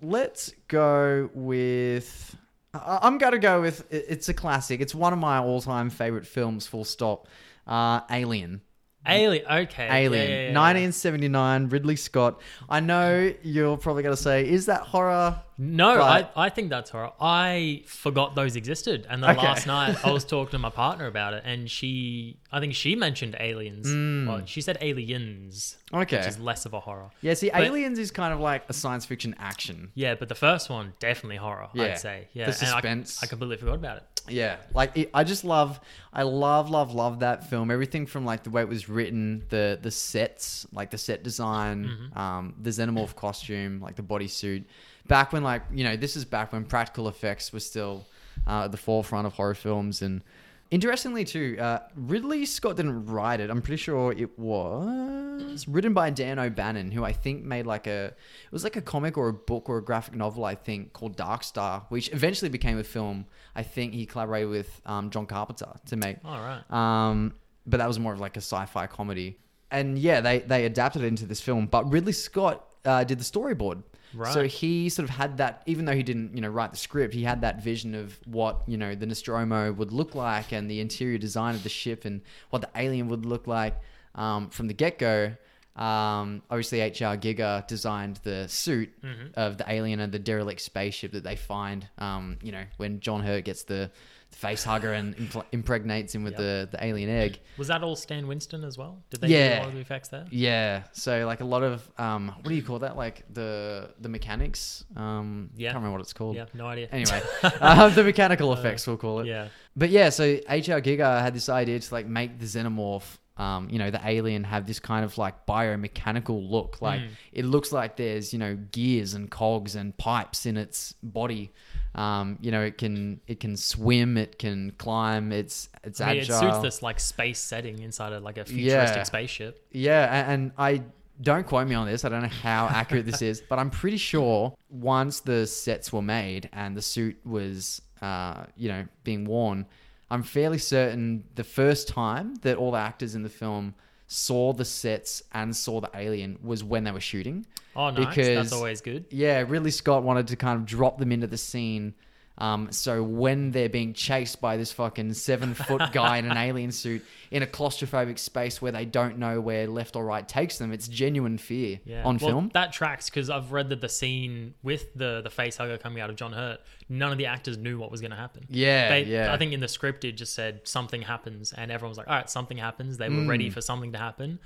Speaker 1: let's go with. I- I'm going to go with. it- It's a classic. It's one of my all time favorite films, full stop. Uh, Alien.
Speaker 2: Alien. Okay. yeah,
Speaker 1: Alien,
Speaker 2: yeah, yeah, yeah.
Speaker 1: 1979, Ridley Scott. I know you're probably going to say, is that horror?
Speaker 2: No,
Speaker 1: but-
Speaker 2: I, I think that's horror. I forgot those existed. And then
Speaker 1: Okay.
Speaker 2: last
Speaker 1: [LAUGHS]
Speaker 2: night I was talking to my partner about it and she I think she mentioned aliens. Well, she said aliens.
Speaker 1: Mm. Okay.
Speaker 2: Which is less of a horror.
Speaker 1: Yeah, see,
Speaker 2: But-
Speaker 1: Aliens is kind of like a science fiction action.
Speaker 2: Yeah, but the first one definitely horror.
Speaker 1: Yeah.
Speaker 2: I'd say.
Speaker 1: The
Speaker 2: Yeah,
Speaker 1: suspense.
Speaker 2: And I, I completely forgot about it.
Speaker 1: Yeah, like it, I just love, I love, love, love that film. Everything from like the way it was written, the the sets, like the set design,
Speaker 2: Mm-hmm.
Speaker 1: um, the xenomorph costume, like the bodysuit. Back when like you know this is back when practical effects were still uh, at the forefront of horror films, and interestingly too, uh, Ridley Scott didn't write it. I'm pretty sure it was written by Dan O'Bannon, who I think made like a it was like a comic or a book or a graphic novel I think called Dark Star, which eventually became a film. I think he collaborated with um, John Carpenter to make.
Speaker 2: All right.
Speaker 1: Um, but that was more of like a sci-fi comedy. And yeah, they they adapted it into this film. But Ridley Scott uh, did the storyboard.
Speaker 2: Right.
Speaker 1: So he sort of had that, even though he didn't, you know, write the script, he had that vision of what you know the Nostromo would look like and the interior design of the ship and what the alien would look like um, from the get go. Um, obviously, H.R. Giger designed the suit
Speaker 2: Mm-hmm.
Speaker 1: of the alien and the derelict spaceship that they find. Um, you know, when John Hurt gets the, the face hugger
Speaker 2: [LAUGHS]
Speaker 1: and impl- impregnates him with the, the alien egg.
Speaker 2: Was that all Stan Winston as well? Did they
Speaker 1: Yeah.
Speaker 2: do all of the effects there?
Speaker 1: Yeah. So like a lot of um, what do you call that? Like the the mechanics. Um,
Speaker 2: Yeah.
Speaker 1: Can't remember what it's called.
Speaker 2: Yeah, no idea. [LAUGHS]
Speaker 1: Anyway, uh, the mechanical effects we'll call it.
Speaker 2: yeah.
Speaker 1: But yeah, so HR Giga had this idea to like make the xenomorph, um, you know, the alien have this kind of like biomechanical
Speaker 2: Hmm.
Speaker 1: look. Like it looks like there's you know gears and cogs and pipes in its body. Um, you know, it can it can swim, it can climb, it's it's
Speaker 2: I mean, it
Speaker 1: agile.
Speaker 2: suits this like space setting inside of like a futuristic
Speaker 1: Yeah.
Speaker 2: spaceship.
Speaker 1: Yeah, a- and I don't quote me on this. I don't know
Speaker 2: [LAUGHS]
Speaker 1: how accurate this is, but I'm pretty sure once the sets were made and the suit was, uh, you know, being worn, I'm fairly certain the first time that all the actors in the film saw the sets and saw the alien was when they were shooting.
Speaker 2: Oh, nice.
Speaker 1: Because-
Speaker 2: That's always good.
Speaker 1: Yeah, Ridley Scott wanted to kind of drop them into the scene. Um, so when they're being chased by this fucking seven foot
Speaker 2: [LAUGHS]
Speaker 1: guy in an alien suit in a claustrophobic space where they don't know where left or right takes them, it's genuine fear
Speaker 2: Yeah.
Speaker 1: on
Speaker 2: Well,
Speaker 1: film.
Speaker 2: That tracks because I've read that the scene with the the face hugger coming out of John Hurt, none of the actors knew what was going to happen.
Speaker 1: Yeah,
Speaker 2: They,
Speaker 1: yeah.
Speaker 2: I think in the
Speaker 1: Mm.
Speaker 2: script it just said something happens, and everyone was like, "All right, something happens." They were ready for something to happen,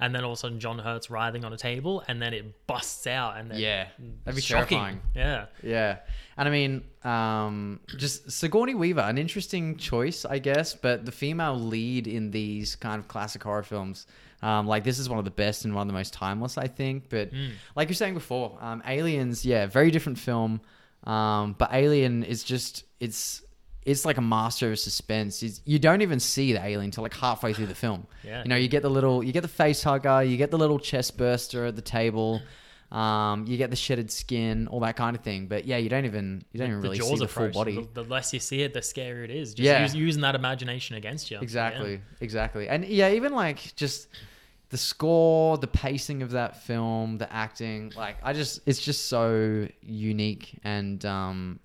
Speaker 2: and then all of a sudden John Hurt's writhing on a table, and then it busts out, and then
Speaker 1: Yeah. That'd be
Speaker 2: Mm. shocking.
Speaker 1: terrifying.
Speaker 2: Yeah,
Speaker 1: Yeah. And I mean, um, just Sigourney Weaver, an interesting choice, I guess, but the female lead in these kind of classic horror films, um, like this is one of the best and one of the most timeless, I think. But like you were saying before, um, Aliens, yeah, very different film. Um, but Alien is just, it's, it's like a master of suspense. It's, you don't even see the alien till like halfway through the film.
Speaker 2: Yeah.
Speaker 1: You know, you get the little, you get the face hugger, you get the little chest burster at the table, um, you get the shedded skin, all that kind of thing. But yeah, you don't even, you don't even
Speaker 2: the
Speaker 1: really see
Speaker 2: jaws
Speaker 1: the
Speaker 2: are
Speaker 1: full
Speaker 2: frozen.
Speaker 1: body.
Speaker 2: The, the less you see it, the scarier it is. Just
Speaker 1: Yeah.
Speaker 2: use, using that imagination against you.
Speaker 1: Exactly, exactly. And yeah, even like just the score, the pacing of that film, the acting, like I just it's just so unique and um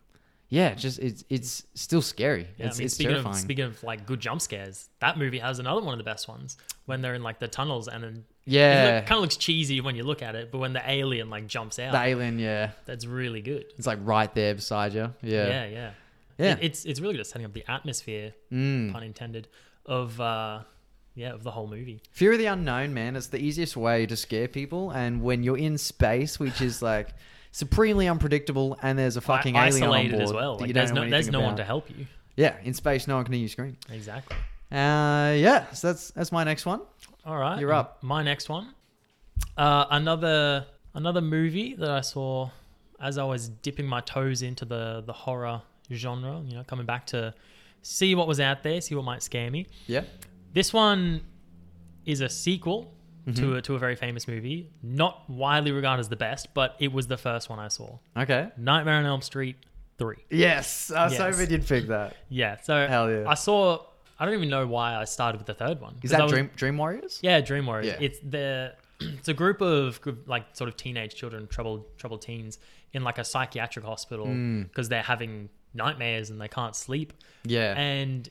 Speaker 1: yeah, just it's it's still scary.
Speaker 2: Yeah,
Speaker 1: it's
Speaker 2: I mean,
Speaker 1: it's
Speaker 2: speaking
Speaker 1: terrifying.
Speaker 2: of speaking of like good jump scares, that movie has another one of the best ones when they're in like the tunnels and then
Speaker 1: yeah.
Speaker 2: it kind of looks cheesy when you look at it, but when the alien like jumps out,
Speaker 1: the alien, yeah.
Speaker 2: that's really good.
Speaker 1: It's like right there beside you.
Speaker 2: Yeah,
Speaker 1: Yeah.
Speaker 2: yeah,
Speaker 1: Yeah.
Speaker 2: It, it's it's really good at setting up the atmosphere,
Speaker 1: Mm.
Speaker 2: pun intended, of uh, yeah, of the whole movie.
Speaker 1: Fear of the unknown, man. It's the easiest way to scare people. And when you're in space, which is like supremely unpredictable, and there's a fucking
Speaker 2: I-
Speaker 1: alien on
Speaker 2: isolated
Speaker 1: board
Speaker 2: as well.
Speaker 1: that
Speaker 2: Like,
Speaker 1: you don't
Speaker 2: there's
Speaker 1: know
Speaker 2: no there's
Speaker 1: anything
Speaker 2: no one
Speaker 1: about.
Speaker 2: to help you.
Speaker 1: Yeah, in space, no one can hear your scream.
Speaker 2: Exactly.
Speaker 1: Uh, yeah. So that's that's my next one.
Speaker 2: All right,
Speaker 1: You're up.
Speaker 2: My next one, uh, another another movie that I saw as I was dipping my toes into the the horror genre. You know, coming back to see what was out there, see what might scare me.
Speaker 1: Yeah.
Speaker 2: This one is a sequel
Speaker 1: Mm-hmm.
Speaker 2: to a, to a very famous movie, not widely regarded as the best, but it was the first one I saw.
Speaker 1: Okay.
Speaker 2: Nightmare on Elm Street three.
Speaker 1: Yes. I was
Speaker 2: Yes.
Speaker 1: hoping you'd pick that.
Speaker 2: Yeah, so
Speaker 1: Hell yeah.
Speaker 2: I saw. I don't even know why I started with the third one.
Speaker 1: Is
Speaker 2: 'cause I
Speaker 1: that
Speaker 2: was-
Speaker 1: Dream Dream Warriors?
Speaker 2: Yeah, Dream Warriors.
Speaker 1: Yeah.
Speaker 2: It's the [CLEARS THROAT] it's a group of group- like sort of teenage children, troubled troubled teens, in like a psychiatric hospital
Speaker 1: Mm.
Speaker 2: because they're having nightmares and they can't sleep.
Speaker 1: Yeah.
Speaker 2: And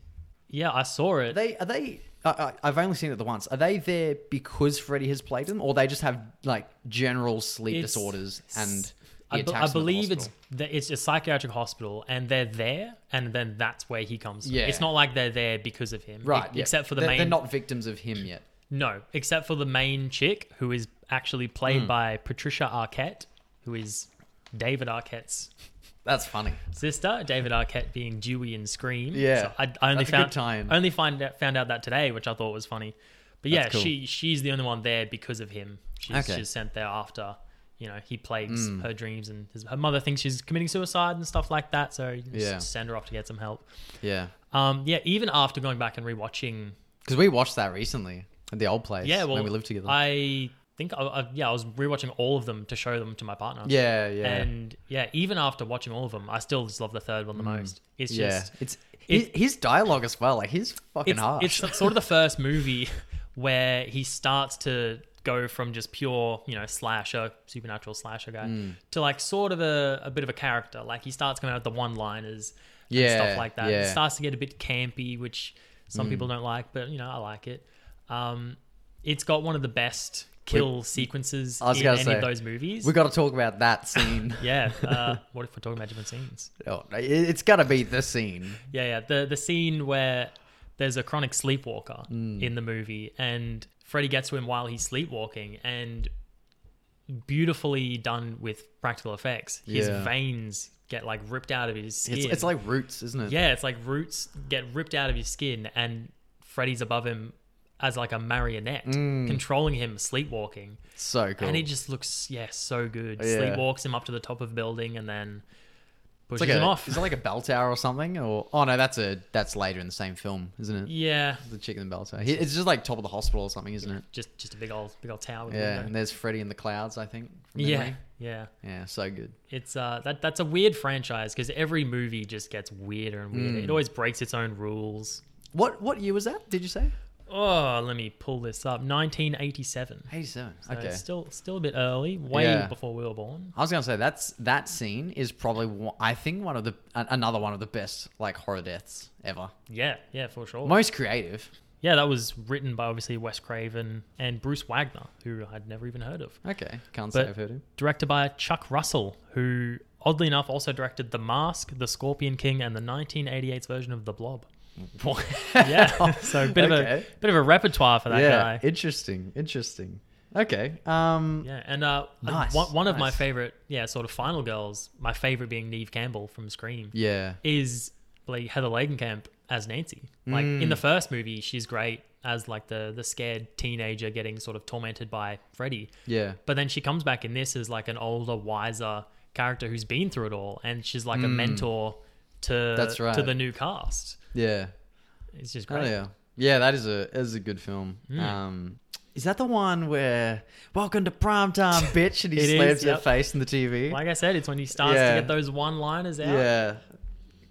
Speaker 2: yeah, I saw it.
Speaker 1: Are they are they? I I I've only seen it the once. Are they there because Freddy has played them, or they just have like general sleep
Speaker 2: It's-
Speaker 1: disorders and
Speaker 2: I,
Speaker 1: he attacks
Speaker 2: be-
Speaker 1: them
Speaker 2: I
Speaker 1: at the
Speaker 2: believe it's
Speaker 1: hospital?
Speaker 2: the, it's a psychiatric hospital, and they're there, and then that's where he comes. from.
Speaker 1: Yeah.
Speaker 2: it's not like they're there because of him,
Speaker 1: right,
Speaker 2: e-
Speaker 1: yeah.
Speaker 2: Except for the
Speaker 1: they're,
Speaker 2: main
Speaker 1: They're not victims of him yet.
Speaker 2: No, except for the main chick who is actually played
Speaker 1: Hmm.
Speaker 2: by Patricia Arquette, who is David Arquette's
Speaker 1: That's funny.
Speaker 2: sister. David Arquette being Dewey in Scream.
Speaker 1: Yeah,
Speaker 2: so I, I only
Speaker 1: that's a good
Speaker 2: found
Speaker 1: tie-in.
Speaker 2: only find out, found out that today, which I thought was funny. But yeah,
Speaker 1: That's cool.
Speaker 2: she she's the only one there because of him. She's,
Speaker 1: Okay. Hmm.
Speaker 2: she's sent there after you know he plagues her dreams and his, her mother thinks she's committing suicide and stuff like that. So you can just
Speaker 1: Yeah.
Speaker 2: send her off to get some help.
Speaker 1: Yeah,
Speaker 2: Um, yeah, even after going back and rewatching
Speaker 1: because we watched that recently at the old place.
Speaker 2: Yeah, well,
Speaker 1: when we lived together.
Speaker 2: I think I, I, yeah, I was rewatching all of them to show them to my partner.
Speaker 1: yeah, yeah,
Speaker 2: and yeah, even after watching all of them, I still just love the third one the most. It's
Speaker 1: Mm. yeah.
Speaker 2: just
Speaker 1: It's
Speaker 2: it-
Speaker 1: his, his dialogue as well. Like he's fucking
Speaker 2: it's,
Speaker 1: harsh.
Speaker 2: it's sort of the first movie where he starts to go from just pure you know slasher supernatural slasher guy
Speaker 1: Hmm.
Speaker 2: to like sort of a, a bit of a character like he starts coming out with the one liners and
Speaker 1: Yeah,
Speaker 2: stuff like that
Speaker 1: yeah. Hmm.
Speaker 2: it starts to get a bit campy which some people don't like but you know i like it um it's got one of the best kill sequences
Speaker 1: I was
Speaker 2: in
Speaker 1: gonna
Speaker 2: any
Speaker 1: say,
Speaker 2: of those movies
Speaker 1: we got to talk about that scene.
Speaker 2: [LAUGHS] yeah uh, what if we're talking about different scenes
Speaker 1: oh, it- it's got to be the scene.
Speaker 2: Yeah, yeah. The the scene where there's a chronic sleepwalker
Speaker 1: Hmm.
Speaker 2: in the movie and Freddy gets to him while he's sleepwalking and beautifully done with practical effects. His
Speaker 1: Yeah.
Speaker 2: veins get like ripped out of his skin.
Speaker 1: It's, it's like roots, isn't it?
Speaker 2: Yeah, it's like roots get ripped out of his skin and Freddy's above him as like a marionette controlling him sleepwalking.
Speaker 1: so Hmm. cool.
Speaker 2: And it just looks yeah, so good.
Speaker 1: Yeah.
Speaker 2: Sleepwalks him up to the top of a building and then pushes
Speaker 1: It's like
Speaker 2: him
Speaker 1: a,
Speaker 2: off.
Speaker 1: Is it like a bell tower or something? Or oh no, that's a that's later in the same film, isn't it?
Speaker 2: yeah.
Speaker 1: The chicken and bell tower. He- It's just like top of the hospital or something, isn't it?
Speaker 2: just just a big old big old tower. with a
Speaker 1: Yeah.
Speaker 2: window.
Speaker 1: And there's Freddy in the clouds, I think. from
Speaker 2: yeah,
Speaker 1: memory.
Speaker 2: yeah.
Speaker 1: Yeah. So good.
Speaker 2: It's uh that that's a weird franchise because every movie just gets weirder and weirder.
Speaker 1: Mm.
Speaker 2: It always breaks its own rules.
Speaker 1: What what year was that? Did you say?
Speaker 2: Oh, let me pull this up. 1987.
Speaker 1: Eighty seven.
Speaker 2: So
Speaker 1: okay.
Speaker 2: it's still still a bit early, way
Speaker 1: Yeah.
Speaker 2: before we were born.
Speaker 1: I was gonna say that's that scene is probably one, I think one of the an- another one of the best like horror deaths ever.
Speaker 2: Yeah, yeah, for sure.
Speaker 1: Most creative.
Speaker 2: yeah, that was written by obviously Wes Craven and Bruce Wagner, who I'd never even heard of.
Speaker 1: Okay, can't
Speaker 2: But-
Speaker 1: say I've heard him.
Speaker 2: Directed by Chuck Russell, who oddly enough also directed The Mask, The Scorpion King, and the 1988's version of The Blob.
Speaker 1: [LAUGHS]
Speaker 2: Yeah, so a bit of
Speaker 1: Oh, Okay.
Speaker 2: a bit of a repertoire for that
Speaker 1: yeah.
Speaker 2: guy.
Speaker 1: Interesting. Interesting. Okay. Um.
Speaker 2: Yeah, and uh, uh,
Speaker 1: Nice,
Speaker 2: one, one of my
Speaker 1: nice.
Speaker 2: favorite, yeah, sort of final girls. My favorite being Neve Campbell from Scream
Speaker 1: Yeah.
Speaker 2: is like Heather Langenkamp as Nancy. Like in
Speaker 1: Mm.
Speaker 2: the first movie, she's great as like the the scared teenager getting sort of tormented by Freddy.
Speaker 1: Yeah.
Speaker 2: But then she comes back in this as like an older, wiser character who's been through it all, and she's like a mentor to
Speaker 1: Mm. That's right.
Speaker 2: to the new cast.
Speaker 1: Yeah.
Speaker 2: It's just
Speaker 1: Oh
Speaker 2: great. Hmm.
Speaker 1: yeah. Yeah. That is a is a good film. Um. Is that the one where "Welcome to Prime
Speaker 2: [LAUGHS]
Speaker 1: Time, bitch" and he
Speaker 2: It
Speaker 1: slams
Speaker 2: is,
Speaker 1: her
Speaker 2: yep.
Speaker 1: face in the TV?
Speaker 2: Like I said, it's when he starts
Speaker 1: Yeah.
Speaker 2: to get those one liners out.
Speaker 1: Yeah.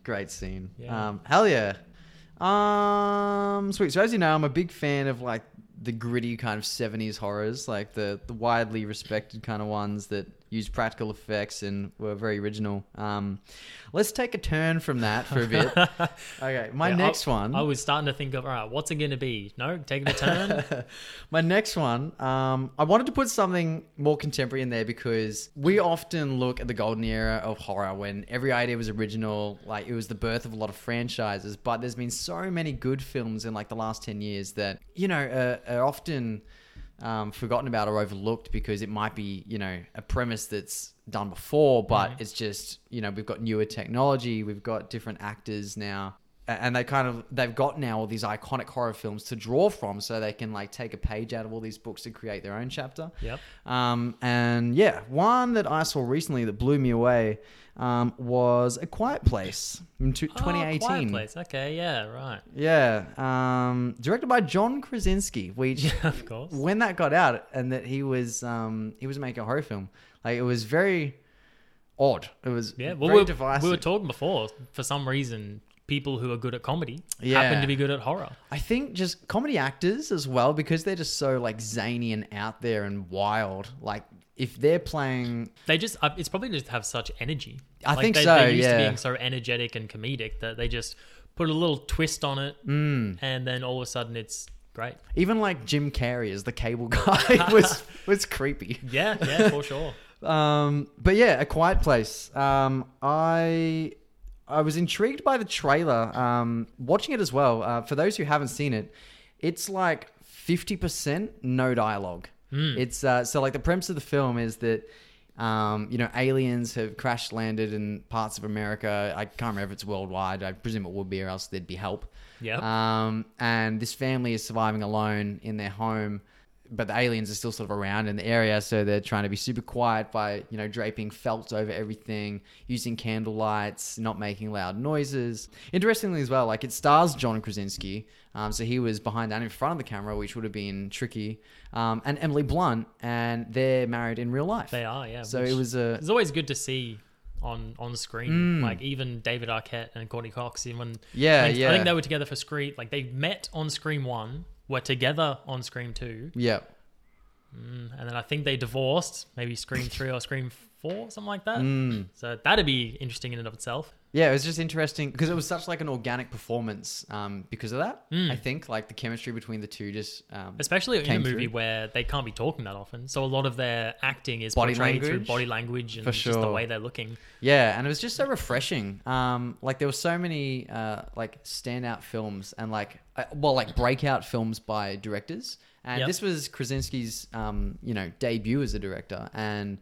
Speaker 1: Great scene.
Speaker 2: Yeah.
Speaker 1: Um, hell yeah. Um, sweet. So as you know, I'm a big fan of like the gritty kind of 70s horrors, like the, the widely respected kind of ones that use practical effects and were very original. Um, let's take a turn from that for a
Speaker 2: [LAUGHS]
Speaker 1: bit. okay. My
Speaker 2: Yeah, I-
Speaker 1: next one.
Speaker 2: I was starting to think of, all right, what's it going to be? No, taking a turn.
Speaker 1: [LAUGHS] My next one, um, I wanted to put something more contemporary in there because we often look at the golden era of horror when every idea was original, like it was the birth of a lot of franchises. But there's been so many good films in like the last ten years that you know uh, are often um, forgotten about or overlooked because it might be you know a premise that's done before, but
Speaker 2: Mm.
Speaker 1: it's just you know we've got newer technology, we've got different actors now and they kind of they've got now all these iconic horror films to draw from so they can like take a page out of all these books to create their own chapter
Speaker 2: Yep.
Speaker 1: um, and yeah one that i saw recently that blew me away um, was a quiet place in two-
Speaker 2: Oh, Quiet
Speaker 1: 2018
Speaker 2: Place. Okay,
Speaker 1: [LAUGHS]
Speaker 2: yeah, right.
Speaker 1: yeah um, directed by john krasinski which
Speaker 2: of course.
Speaker 1: when that got out and that he was um, he was making a horror film like it was very odd it was
Speaker 2: Yeah, well,
Speaker 1: very
Speaker 2: we were,
Speaker 1: divisive
Speaker 2: we were talking before. For some reason, people who are good at comedy
Speaker 1: Yeah.
Speaker 2: happen to be good at horror.
Speaker 1: I think just comedy actors as well, because they're just so like zany and out there and wild. Like if they're playing,
Speaker 2: They just, uh, it's probably just have such energy.
Speaker 1: I
Speaker 2: Like,
Speaker 1: think
Speaker 2: they,
Speaker 1: so,
Speaker 2: They're used
Speaker 1: yeah.
Speaker 2: to being so energetic and comedic that they just put a little twist on it,
Speaker 1: Mm.
Speaker 2: and then all of a sudden it's great.
Speaker 1: even like Jim Carrey as the cable [LAUGHS] guy was was creepy.
Speaker 2: Yeah,
Speaker 1: [LAUGHS]
Speaker 2: yeah, for sure.
Speaker 1: Um, but yeah, a quiet place. Um, I I was intrigued by the trailer. Um, watching it as well. Uh, for those who haven't seen it, it's like fifty percent no dialogue. It's uh, so like the premise of the film is that. Um, you know, aliens have crash landed in parts of America. I can't remember if it's worldwide. I presume it would be, or else there'd be help.
Speaker 2: Yep.
Speaker 1: Um, and this family is surviving alone in their home, but the aliens are still sort of around in the area, so they're trying to be super quiet by you know draping felt over everything, using candle lights, not making loud noises. Interestingly as well, like it stars John Krasinski, um, so he was behind and in front of the camera, which would have been tricky. Um, and Emily Blunt, and they're married in real life.
Speaker 2: They are, yeah.
Speaker 1: So
Speaker 2: which-
Speaker 1: it was a
Speaker 2: It's always good to see on on screen, like even David Arquette and Courtney Cox. And when
Speaker 1: Mm. Yeah,
Speaker 2: I think,
Speaker 1: yeah.
Speaker 2: I think they were together for Scream. Like they met on Scream One, were together on Scream Two,
Speaker 1: yeah.
Speaker 2: and then I think they divorced.
Speaker 1: [LAUGHS]
Speaker 2: Maybe Scream Three or Scream Four, something like that.
Speaker 1: Mm.
Speaker 2: So that'd be interesting in and of itself.
Speaker 1: Yeah, it was just interesting because it was such like an organic performance um, because of that.
Speaker 2: Hmm.
Speaker 1: I think like the chemistry between the two just um,
Speaker 2: Especially in a
Speaker 1: Came
Speaker 2: movie
Speaker 1: through.
Speaker 2: where they can't be talking that often, so a lot of their acting is
Speaker 1: Body
Speaker 2: portrayed through
Speaker 1: language?
Speaker 2: body language and
Speaker 1: For
Speaker 2: just the
Speaker 1: sure.
Speaker 2: way they're looking.
Speaker 1: yeah, and it was just so refreshing. Um, like there were so many uh, like standout films and like uh, well like breakout films by directors, and
Speaker 2: Yep.
Speaker 1: this was Krasinski's um, you know debut as a director and.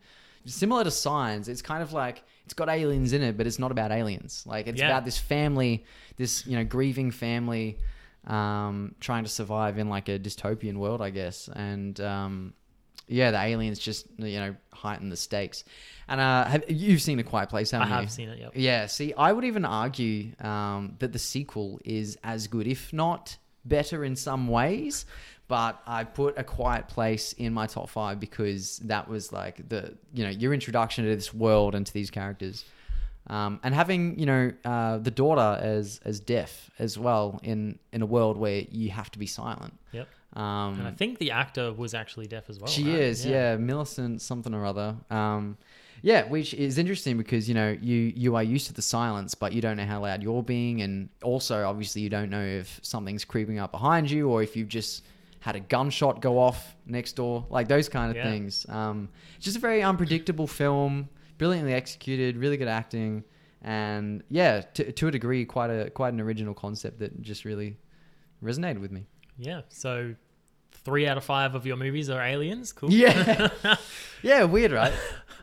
Speaker 1: Similar to Signs, it's kind of like it's got aliens in it, but it's not about aliens. Like it's
Speaker 2: Yeah.
Speaker 1: about this family, this you know grieving family, um, trying to survive in like a dystopian world, I guess. And um, yeah, the aliens just you know heighten the stakes. And uh, have, you've seen a Quiet Place,
Speaker 2: I
Speaker 1: haven't you?
Speaker 2: have seen it. Yep.
Speaker 1: Yeah. See, I would even argue um, that the sequel is as good, if not better, in some ways. But I put a Quiet Place in my top five because that was like the you know your introduction to this world and to these characters. Um, and having you know uh, the daughter as as deaf as well in in a world where you have to be silent.
Speaker 2: Yep.
Speaker 1: Um,
Speaker 2: And I think the actor was actually deaf as well.
Speaker 1: she
Speaker 2: right?
Speaker 1: is, yeah. Millicent something or other. Um, yeah, which is interesting because you know you you are used to the silence, but you don't know how loud you're being, and also obviously you don't know if something's creeping up behind you or if you've just had a gunshot go off next door, like those kind of
Speaker 2: Yeah.
Speaker 1: things. Um, it's just a very unpredictable film, brilliantly executed, really good acting, and yeah, to, to a degree, quite a quite an original concept that just really resonated with me.
Speaker 2: Yeah. So three out of five of your movies are aliens. Cool.
Speaker 1: Yeah. [LAUGHS] yeah, weird, right?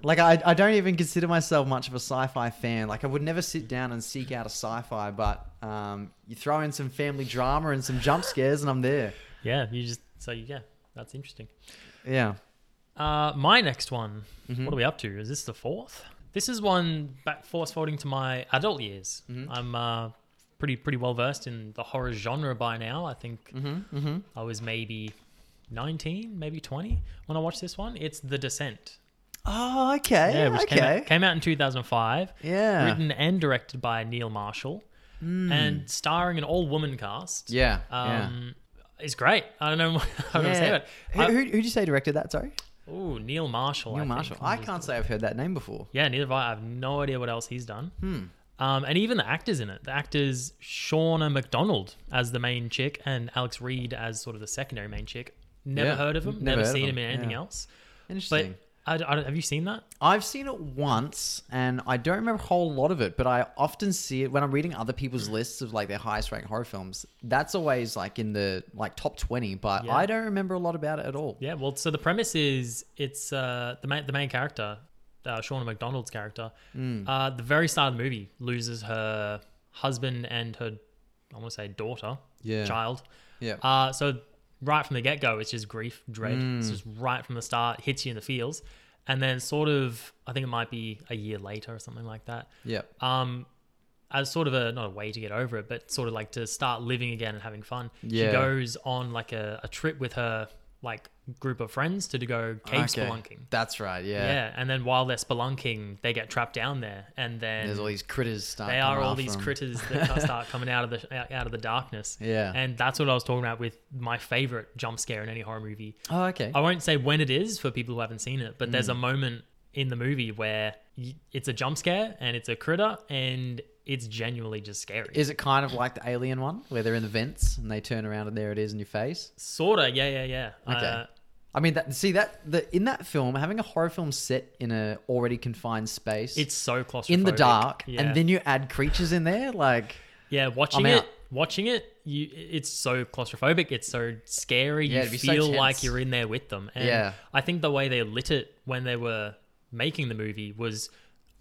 Speaker 1: Like I, I don't even consider myself much of a sci-fi fan. Like I would never sit down and seek out a sci-fi, but um, you throw in some family drama and some jump scares, and I'm there.
Speaker 2: yeah. You just so yeah. That's interesting.
Speaker 1: Yeah.
Speaker 2: Uh, my next one.
Speaker 1: Mm-hmm.
Speaker 2: What are we up to? Is this the fourth? This is one back force folding to my adult years.
Speaker 1: Mm-hmm.
Speaker 2: I'm uh, pretty pretty well versed in the horror genre by now. I think
Speaker 1: Mm-hmm,
Speaker 2: I was maybe 19, maybe 20 when I watched this one. It's The Descent.
Speaker 1: Oh, okay.
Speaker 2: Yeah, which came,
Speaker 1: okay.
Speaker 2: out, came out in 2005.
Speaker 1: Yeah. Hmm.
Speaker 2: Written and directed by Neil Marshall and starring an all woman cast.
Speaker 1: yeah.
Speaker 2: Um, It's great. I don't know [LAUGHS] what I
Speaker 1: yeah.
Speaker 2: don't know what to say about it.
Speaker 1: Who, who, who'd you say directed that? Sorry,
Speaker 2: I- Ooh, Neil Marshall.
Speaker 1: Neil
Speaker 2: I
Speaker 1: Marshall.
Speaker 2: Think,
Speaker 1: Uh, I can't say I've heard that name before.
Speaker 2: Yeah, neither have I. I have no idea what else he's done.
Speaker 1: Hmm.
Speaker 2: Um, and even the actors in it. The actors Shauna McDonald as the main chick and Alex Reed as sort of the secondary main chick. Never
Speaker 1: Yeah,
Speaker 2: heard of him.
Speaker 1: never
Speaker 2: Never,
Speaker 1: heard of
Speaker 2: seen
Speaker 1: him,
Speaker 2: him in anything
Speaker 1: yeah.
Speaker 2: else. But
Speaker 1: Interesting.
Speaker 2: I, d- I don't, have you seen that?
Speaker 1: I've seen it once, and I don't remember a whole lot of it, but I often see it when I'm reading other people's
Speaker 2: Mm.
Speaker 1: lists of like their highest ranked horror films. That's always like in the like top twenty, but
Speaker 2: Yeah.
Speaker 1: I don't remember a lot about it at all.
Speaker 2: Yeah, well, so the premise is it's uh, the main the main character, uh, Shauna McDonald's character. Uh, at the very start of the movie loses her husband and her, I want to say daughter,
Speaker 1: Yeah.
Speaker 2: child.
Speaker 1: Yeah.
Speaker 2: Uh, so right from the get go, it's just grief, dread. It's just right from the start, hits you in the feels, and then sort of I think it might be a year later or something like that.
Speaker 1: yeah.
Speaker 2: Um, as sort of a not a way to get over it, but sort of like to start living again and having fun.
Speaker 1: Yeah.
Speaker 2: She goes on like a, a trip with her like group of friends to, to go cave
Speaker 1: Okay.
Speaker 2: spelunking.
Speaker 1: That's right. Yeah.
Speaker 2: Yeah. and then while they're spelunking, they get trapped down there, and then
Speaker 1: There's all these critters. Start
Speaker 2: they are
Speaker 1: coming
Speaker 2: all
Speaker 1: after
Speaker 2: these
Speaker 1: 'em.
Speaker 2: critters
Speaker 1: [LAUGHS]
Speaker 2: that ca- start coming out of the out- out of the darkness.
Speaker 1: Yeah.
Speaker 2: and that's what I was talking about with my favorite jump scare in any horror movie.
Speaker 1: Oh, okay.
Speaker 2: I won't say when it is for people who haven't seen it, but there's
Speaker 1: Mm.
Speaker 2: a moment in the movie where y- it's a jump scare and it's a critter and it's genuinely just scary.
Speaker 1: Is it kind of like the alien one where they're in the vents and they turn around and there it is in your face?
Speaker 2: sorta, yeah, yeah, yeah.
Speaker 1: Okay.
Speaker 2: Uh,
Speaker 1: I mean, that see that the in that film having a horror film set in a already confined space.
Speaker 2: it's so claustrophobic.
Speaker 1: in the dark,
Speaker 2: yeah.
Speaker 1: and then you add creatures in there, like
Speaker 2: yeah, watching
Speaker 1: I'm
Speaker 2: it,
Speaker 1: out.
Speaker 2: watching it, you it's so claustrophobic. It's so scary.
Speaker 1: Yeah,
Speaker 2: you
Speaker 1: it'd be so
Speaker 2: feel
Speaker 1: tense.
Speaker 2: like you're in there with them. And
Speaker 1: Yeah.
Speaker 2: I think the way they lit it when they were making the movie was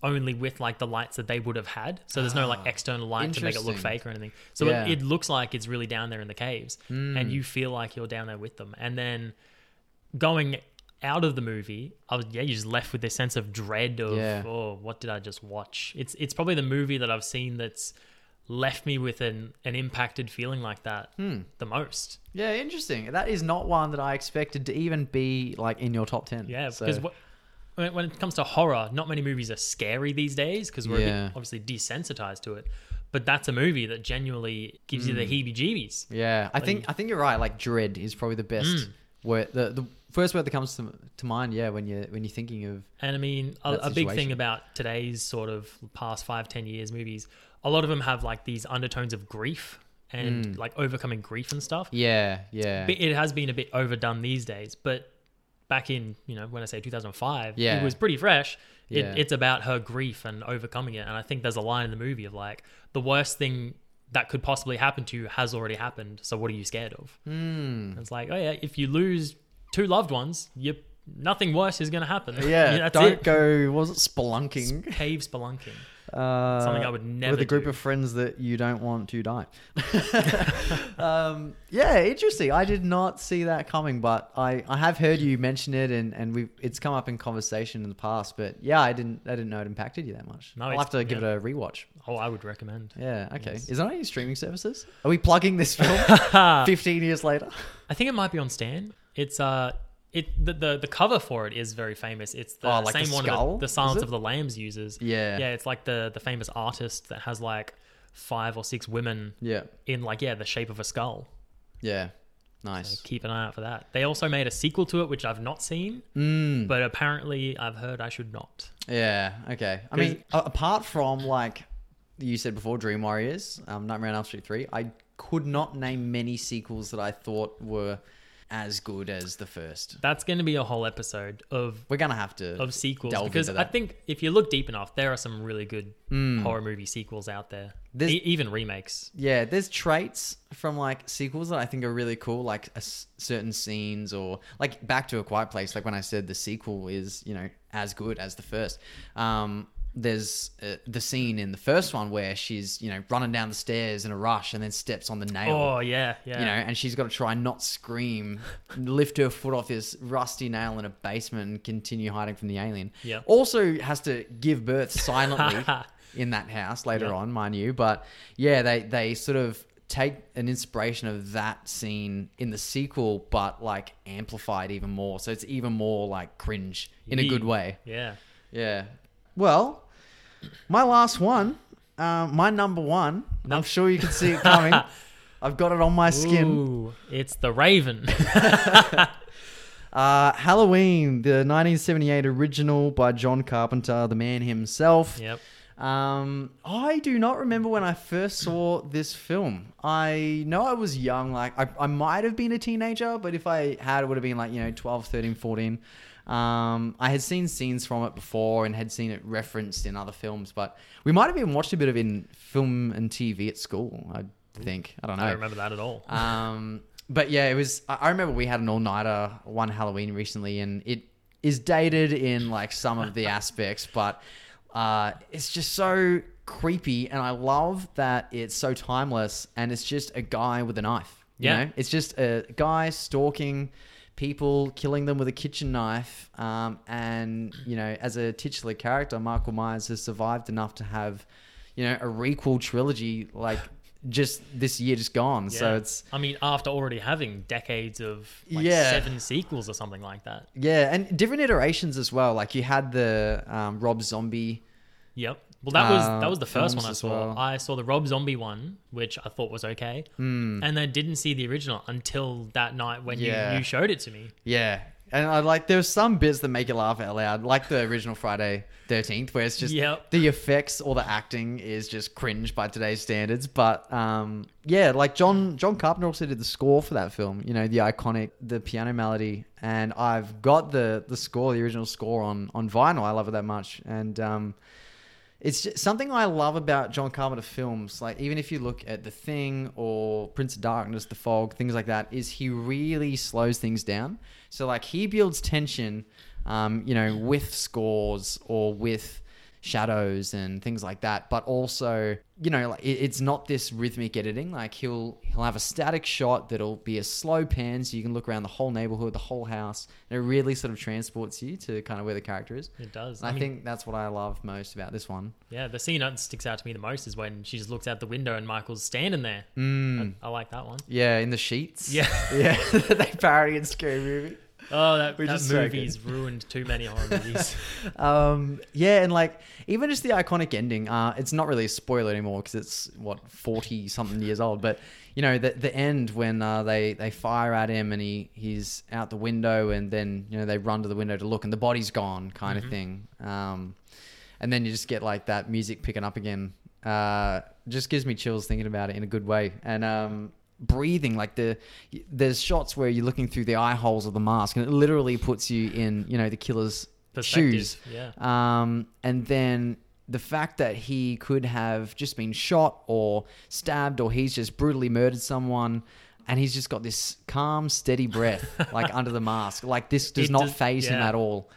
Speaker 2: only with like the lights that they would have had. So there's no like external light to make it look
Speaker 1: Ah, interesting.
Speaker 2: fake or anything. So
Speaker 1: Yeah. Hmm.
Speaker 2: it, it looks like it's really down there in the caves, and you feel like you're down there with them. And then going out of the movie, I was yeah, you're just left with this sense of dread of
Speaker 1: Yeah.
Speaker 2: oh, what did I just watch? It's it's probably the movie that I've seen that's left me with an an impacted feeling like that
Speaker 1: Hmm.
Speaker 2: the most.
Speaker 1: yeah, interesting. That is not one that I expected to even be like in your top ten.
Speaker 2: Yeah,
Speaker 1: so,
Speaker 2: because wh- when, when it comes to horror, not many movies are scary these days because we're a bit-
Speaker 1: Yeah.
Speaker 2: obviously desensitized to it. But that's a movie that genuinely gives you the
Speaker 1: Hmm.
Speaker 2: heebie-jeebies.
Speaker 1: yeah, I think I think you're right. Like dread is probably the best
Speaker 2: Mm.
Speaker 1: word. The the first word that comes to, to mind. Yeah, when you when you're thinking of
Speaker 2: And I mean, a,
Speaker 1: That
Speaker 2: a big thing
Speaker 1: situation.
Speaker 2: about today's sort of past five, ten years movies, a lot of them have like these undertones of grief and like overcoming grief and stuff.
Speaker 1: Mm. yeah, yeah,
Speaker 2: But It has been a bit overdone these days, but back in you know when I say 2005,
Speaker 1: Yeah.
Speaker 2: it was pretty fresh. It,
Speaker 1: Yeah.
Speaker 2: It's about her grief and overcoming it, and I think there's a line in the movie of like the worst thing that could possibly happen to you has already happened. So what are you scared of? Mm.
Speaker 1: Hmm.
Speaker 2: [LAUGHS] It's like oh yeah, if you lose two loved ones, you nothing worse is going to happen.
Speaker 1: yeah.
Speaker 2: [LAUGHS] that's
Speaker 1: don't
Speaker 2: it.
Speaker 1: go. Was it spelunking?
Speaker 2: Cave spelunking.
Speaker 1: Uh,
Speaker 2: Something I would never
Speaker 1: with a group
Speaker 2: do.
Speaker 1: of friends that you don't want to
Speaker 2: [LAUGHS]
Speaker 1: die. [LAUGHS] um, yeah, interesting. I did not see that coming, but I, I have heard you mention it, and and we it's come up in conversation in the past. But yeah, I didn't I didn't know it impacted you that much.
Speaker 2: No,
Speaker 1: I'll
Speaker 2: it's-
Speaker 1: have to give
Speaker 2: yeah.
Speaker 1: it a rewatch.
Speaker 2: Oh, I would recommend.
Speaker 1: Yeah, okay.
Speaker 2: Yes.
Speaker 1: Is that on any streaming services? Are we plugging this film
Speaker 2: [LAUGHS]
Speaker 1: fifteen years later?
Speaker 2: I think it might be on Stan. It's uh, it the the, the cover for it is very famous. It's the
Speaker 1: Oh, like the
Speaker 2: same one
Speaker 1: skull,
Speaker 2: that the
Speaker 1: is
Speaker 2: Silence
Speaker 1: it?
Speaker 2: of the Lambs uses.
Speaker 1: Yeah.
Speaker 2: yeah. It's like the the famous artist that has like five or six women
Speaker 1: Yeah,
Speaker 2: in like yeah the shape of a skull.
Speaker 1: yeah. Nice.
Speaker 2: Keep an eye out for that. They also made a sequel to it, which I've not seen,
Speaker 1: Hmm. Mm.
Speaker 2: but apparently I've heard I should not.
Speaker 1: Yeah. Okay. I mean, a- apart from like you said before, Dream Warriors, um, Nightmare on Elm Street three, I could not name many sequels that I thought were as good as the first.
Speaker 2: That's going to be a whole episode of
Speaker 1: We're gonna have to
Speaker 2: of sequels
Speaker 1: delve
Speaker 2: because
Speaker 1: into Hmm. that.
Speaker 2: I think if you look deep enough, there are some really good horror movie sequels out there,
Speaker 1: There's-
Speaker 2: E- even remakes.
Speaker 1: Yeah, there's traits from like sequels that I think are really cool, like a s- certain scenes or like Back to a Quiet Place. Like when I said the sequel is you know as good as the first. Um, there's uh, the scene in the first one where she's you know running down the stairs in a rush and then steps on the nail.
Speaker 2: Oh yeah, yeah.
Speaker 1: You know, and she's got to try and not scream, lift her foot off this rusty nail in a basement, and continue hiding from the alien.
Speaker 2: Yeah.
Speaker 1: Also has to give birth
Speaker 2: [LAUGHS]
Speaker 1: silently in that house later
Speaker 2: Yeah.
Speaker 1: on, mind you. But yeah, they they sort of take an inspiration of that scene in the sequel, but like amplified even more. So it's even more like cringe in a
Speaker 2: Yee.
Speaker 1: good way.
Speaker 2: yeah.
Speaker 1: Yeah. Well, my last one, uh, my number one. I'm sure you can see it
Speaker 2: [LAUGHS]
Speaker 1: coming. I've got it on my skin.
Speaker 2: Ooh, it's the Raven. [LAUGHS]
Speaker 1: Uh, Halloween, the 1978 original by John Carpenter, the man himself.
Speaker 2: yep.
Speaker 1: Um, I do not remember when I first saw this film. I know I was young, like I, I might have been a teenager, but if I had, it would have been like, you know, 12, 13, 14. Um, I had seen scenes from it before and had seen it referenced in other films, but we might have even watched a bit of it in film and TV at school, I think. I don't know.
Speaker 2: I don't remember that at all.
Speaker 1: Um, but yeah, it was. I- I remember we had an all nighter one Halloween recently, and it is dated in like some
Speaker 2: [LAUGHS]
Speaker 1: of the aspects, but uh, it's just so creepy. And I love that it's so timeless, and it's just a guy with a knife. You
Speaker 2: Yeah.
Speaker 1: know, it's just a guy stalking people, killing them with a kitchen knife. Um, and you know, as a titular character, Michael Myers has survived enough to have, you know, a requel trilogy like just this year just gone. So
Speaker 2: Yeah.
Speaker 1: it's
Speaker 2: I mean, after already having decades of like
Speaker 1: Yeah.
Speaker 2: seven sequels or something like that.
Speaker 1: yeah, and different iterations as well. Like you had the um, Rob Zombie.
Speaker 2: Yep. Well, that was
Speaker 1: Uh,
Speaker 2: that was the first one
Speaker 1: films
Speaker 2: I
Speaker 1: as
Speaker 2: saw.
Speaker 1: well.
Speaker 2: I saw the Rob Zombie one, which I thought was okay, mm. and I didn't see the original until that night when
Speaker 1: Hmm. Yeah.
Speaker 2: you, you showed it to me.
Speaker 1: Yeah. And I like there were some bits that make you laugh out loud, like the original Friday Thirteenth, where it's just
Speaker 2: Yep.
Speaker 1: the effects or the acting is just cringe by today's standards. But um, yeah, like John John Carpenter also did the score for that film. You know, the iconic the piano melody, and I've got the the score, the original score on on vinyl. I love it that much, and um, it's just something I love about John Carpenter films. Like even if you look at The Thing or Prince of Darkness, The Fog, things like that, is he really slows things down. So like he builds tension, um, you know, with scores or with shadows and things like that. But also, you know, like it, it's not this rhythmic editing. Like he'll he'll have a static shot that'll be a slow pan, so you can look around the whole neighborhood, the whole house, and it really sort of transports you to kind of where the character is.
Speaker 2: It does.
Speaker 1: And I think that's what I love most about this one.
Speaker 2: Yeah, the scene that sticks out to me the most is when she just looks out the window and Michael's standing there.
Speaker 1: Hmm.
Speaker 2: I, I like that one.
Speaker 1: Uh, Yeah, in the sheets.
Speaker 2: Hmm. Yeah.
Speaker 1: yeah. [LAUGHS] they parody in scary movie.
Speaker 2: Oh, that,
Speaker 1: Which
Speaker 2: that
Speaker 1: is so [LAUGHS]
Speaker 2: movie's ruined too many horror movies.
Speaker 1: Um, yeah, and like even just the iconic ending. Uh, it's not really a spoiler anymore because it's what forty something years old. But you know the the end when uh, they they fire at him and he he's out the window and then you know they run to the window to look and the body's gone kind of thing. Um, and then you just get like that music picking up again. Uh, just gives me chills thinking about it in a good way. And um, breathing like the there's shots where you're looking through the eye holes of the mask and it literally puts you in you know the killer's
Speaker 2: Perspective,
Speaker 1: shoes
Speaker 2: yeah.
Speaker 1: um, and then the fact that he could have just been shot or stabbed or he's just brutally murdered someone and he's just got this calm steady breath
Speaker 2: [LAUGHS]
Speaker 1: like under the mask like this does
Speaker 2: It
Speaker 1: not
Speaker 2: does-
Speaker 1: phase him
Speaker 2: yeah.
Speaker 1: at all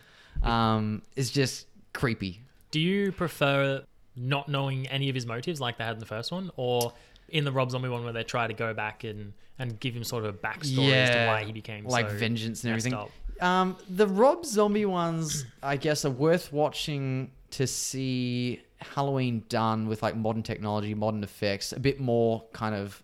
Speaker 1: um, it's just creepy
Speaker 2: Do you prefer not knowing any of his motives like they had in the first one, or in the Rob Zombie one where they try to go back and, and give him sort of a backstory as to why he became
Speaker 1: like
Speaker 2: so
Speaker 1: vengeance and
Speaker 2: messed
Speaker 1: everything.
Speaker 2: up?
Speaker 1: Um, the Rob Zombie ones, I guess, are worth watching to see Halloween done with like modern technology, modern effects, a bit more kind of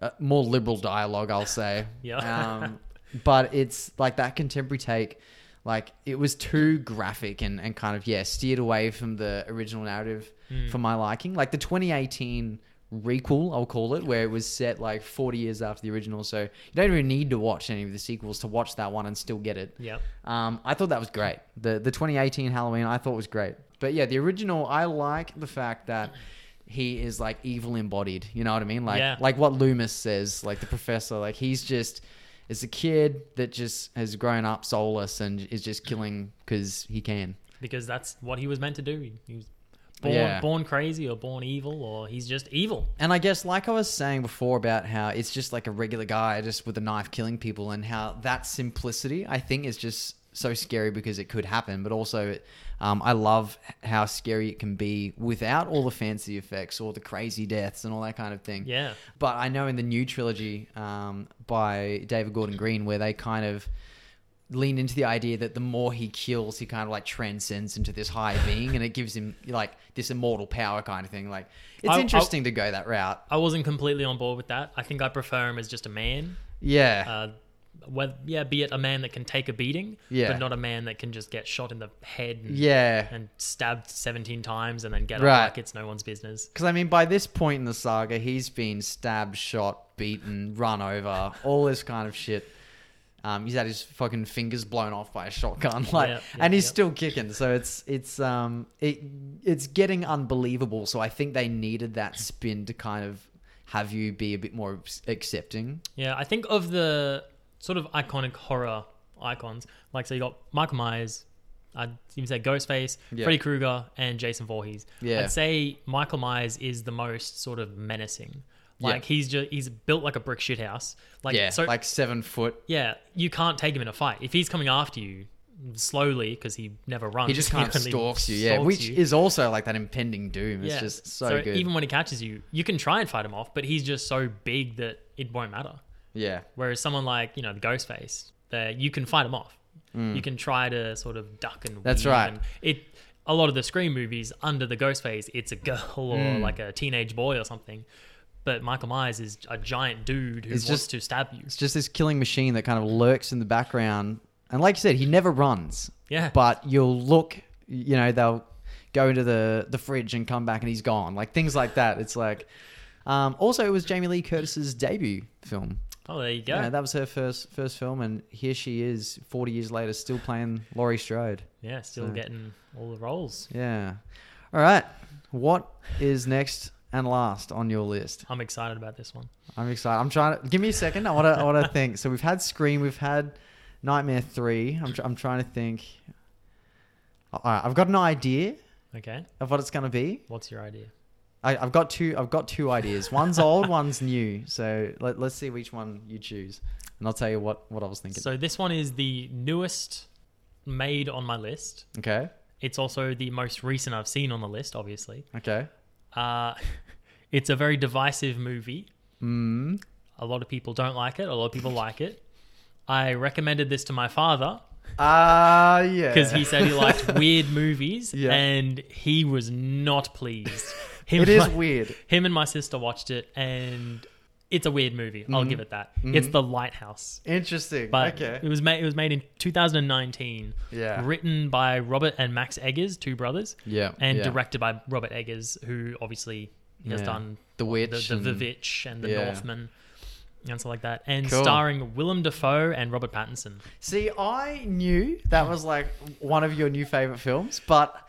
Speaker 1: uh, more liberal dialogue, I'll say.
Speaker 2: [LAUGHS] Yeah.
Speaker 1: Um, but it's like that contemporary take. Like it was too graphic and, and kind of yeah steered away from the original narrative for my liking. Like the 2018 requel, I'll call it, where it was set like 40 years after the original, so you don't even need to watch any of the sequels to watch that one and still get it.
Speaker 2: Yep.
Speaker 1: Um, I thought that was great. The the 2018 Halloween I thought was great. But yeah, the original I like the fact that he is like evil embodied. You know what I mean? Like
Speaker 2: Yeah.
Speaker 1: like what Loomis says, like the professor, like he's just It's a kid that just has grown up soulless and is just killing because he can.
Speaker 2: because that's what he was meant to do. He was born
Speaker 1: Yeah.
Speaker 2: born crazy or born evil or he's just evil.
Speaker 1: And I guess, like I was saying before, about how it's just like a regular guy just with a knife killing people, and how that simplicity, I think, is just so scary because it could happen. But also, um, I love how scary it can be without all the fancy effects or the crazy deaths and all that kind of thing.
Speaker 2: Yeah.
Speaker 1: But I know in the new trilogy um, by David Gordon Green, where they kind of lean into the idea that the more he kills, he kind of like transcends into this high being, and it gives him like this immortal power kind of thing. Like it's
Speaker 2: I- I-
Speaker 1: interesting to go that route.
Speaker 2: I wasn't completely on board with that. I think I prefer him as just a man.
Speaker 1: Yeah,
Speaker 2: Uh, whether, yeah, be it a man that can take a beating,
Speaker 1: Yeah.
Speaker 2: but not a man that can just get shot in the head and,
Speaker 1: yeah.
Speaker 2: and stabbed 17 times and then get
Speaker 1: Right.
Speaker 2: up like it's no one's business.
Speaker 1: Because I mean, by this point in the saga, he's been stabbed, shot, beaten, run over, all this kind of shit. Um, he's had his fucking fingers blown off by a shotgun, [LAUGHS] like,
Speaker 2: Yep,
Speaker 1: and
Speaker 2: yep,
Speaker 1: he's
Speaker 2: yep.
Speaker 1: still kicking. So it's it's um it it's getting unbelievable. So I think they needed that spin to kind of have you be a bit more accepting.
Speaker 2: Yeah, I think of the sort of iconic horror icons, like so you got Michael Myers, I'd even say Ghostface,
Speaker 1: Yeah.
Speaker 2: Freddy Krueger, and Jason Voorhees.
Speaker 1: Yeah.
Speaker 2: I'd say Michael Myers is the most sort of menacing.
Speaker 1: Yeah.
Speaker 2: Like he's just he's built like a brick shithouse. Like
Speaker 1: yeah,
Speaker 2: so
Speaker 1: like seven foot.
Speaker 2: yeah, you can't take him in a fight. If he's coming after you slowly because [LAUGHS] he never runs,
Speaker 1: He just kind of
Speaker 2: literally
Speaker 1: stalks you, yeah,
Speaker 2: stalks
Speaker 1: which
Speaker 2: you.
Speaker 1: is also like that impending doom. It's just so, good.
Speaker 2: Even when he catches you, you can try and fight him off, but he's just so big that it won't matter.
Speaker 1: yeah,
Speaker 2: Whereas someone like you know the Ghostface, that you can fight them off. You can try to sort of duck and.
Speaker 1: Mm. That's
Speaker 2: weave
Speaker 1: right.
Speaker 2: And it a lot of the Scream movies under the Ghostface, it's a girl or
Speaker 1: Mm.
Speaker 2: like a teenage boy or something. But Michael Myers is a giant dude who
Speaker 1: It's
Speaker 2: wants
Speaker 1: just-
Speaker 2: to stab you.
Speaker 1: it's just this killing machine that kind of lurks in the background. And like you said, he never runs.
Speaker 2: Yeah.
Speaker 1: But you'll look, you know, they'll go into the, the fridge and come back and he's gone. Like things like that. It's like, um, also it was Jamie Lee Curtis's debut film.
Speaker 2: Oh, there you go.
Speaker 1: Yeah. that was her first first film, and here she is, forty years later, still playing Laurie Strode.
Speaker 2: yeah, still
Speaker 1: so-
Speaker 2: getting all the roles.
Speaker 1: Yeah. All right. What is next and last on your list?
Speaker 2: I'm excited about this one.
Speaker 1: I'm excited. I'm trying to give me a second. I want to. I want to [LAUGHS] think. So we've had Scream. We've had Nightmare Three. I'm. Tr- I'm trying to think. All right, I've got an idea
Speaker 2: Okay,
Speaker 1: of what it's going to be.
Speaker 2: what's your idea?
Speaker 1: I, I've got two. I've got two ideas.
Speaker 2: [LAUGHS]
Speaker 1: One's old. One's new. So let, let's see which one you choose, and I'll tell you what what I was thinking.
Speaker 2: So this one is the newest made on my list.
Speaker 1: okay.
Speaker 2: It's also the most recent I've seen on the list, obviously.
Speaker 1: Okay.
Speaker 2: Uh, [LAUGHS] it's a very divisive movie.
Speaker 1: Mm.
Speaker 2: A lot of people don't like it. A lot of people like it. I recommended this to my father
Speaker 1: Ah, yeah.
Speaker 2: because he said
Speaker 1: [LAUGHS]
Speaker 2: he liked weird movies,
Speaker 1: Yeah.
Speaker 2: and he was
Speaker 1: [LAUGHS]
Speaker 2: not pleased. Him
Speaker 1: it
Speaker 2: and
Speaker 1: is
Speaker 2: my-
Speaker 1: weird.
Speaker 2: Him and my sister watched it, and it's a weird movie. I'll give it that. It's The Lighthouse.
Speaker 1: Interesting.
Speaker 2: But it
Speaker 1: Mm-hmm. okay.
Speaker 2: was made. It was made in 2019.
Speaker 1: Yeah.
Speaker 2: Written by Robert and Max Eggers, two brothers.
Speaker 1: Yeah,
Speaker 2: And
Speaker 1: yeah.
Speaker 2: directed by Robert Eggers, who obviously has
Speaker 1: Yeah.
Speaker 2: done
Speaker 1: The Witch
Speaker 2: the, the,
Speaker 1: and-
Speaker 2: The Witch, and The
Speaker 1: Yeah.
Speaker 2: Northman, and stuff like that. And
Speaker 1: Cool.
Speaker 2: starring Willem Dafoe and Robert Pattinson.
Speaker 1: See, I knew that was like one of your new favorite films, but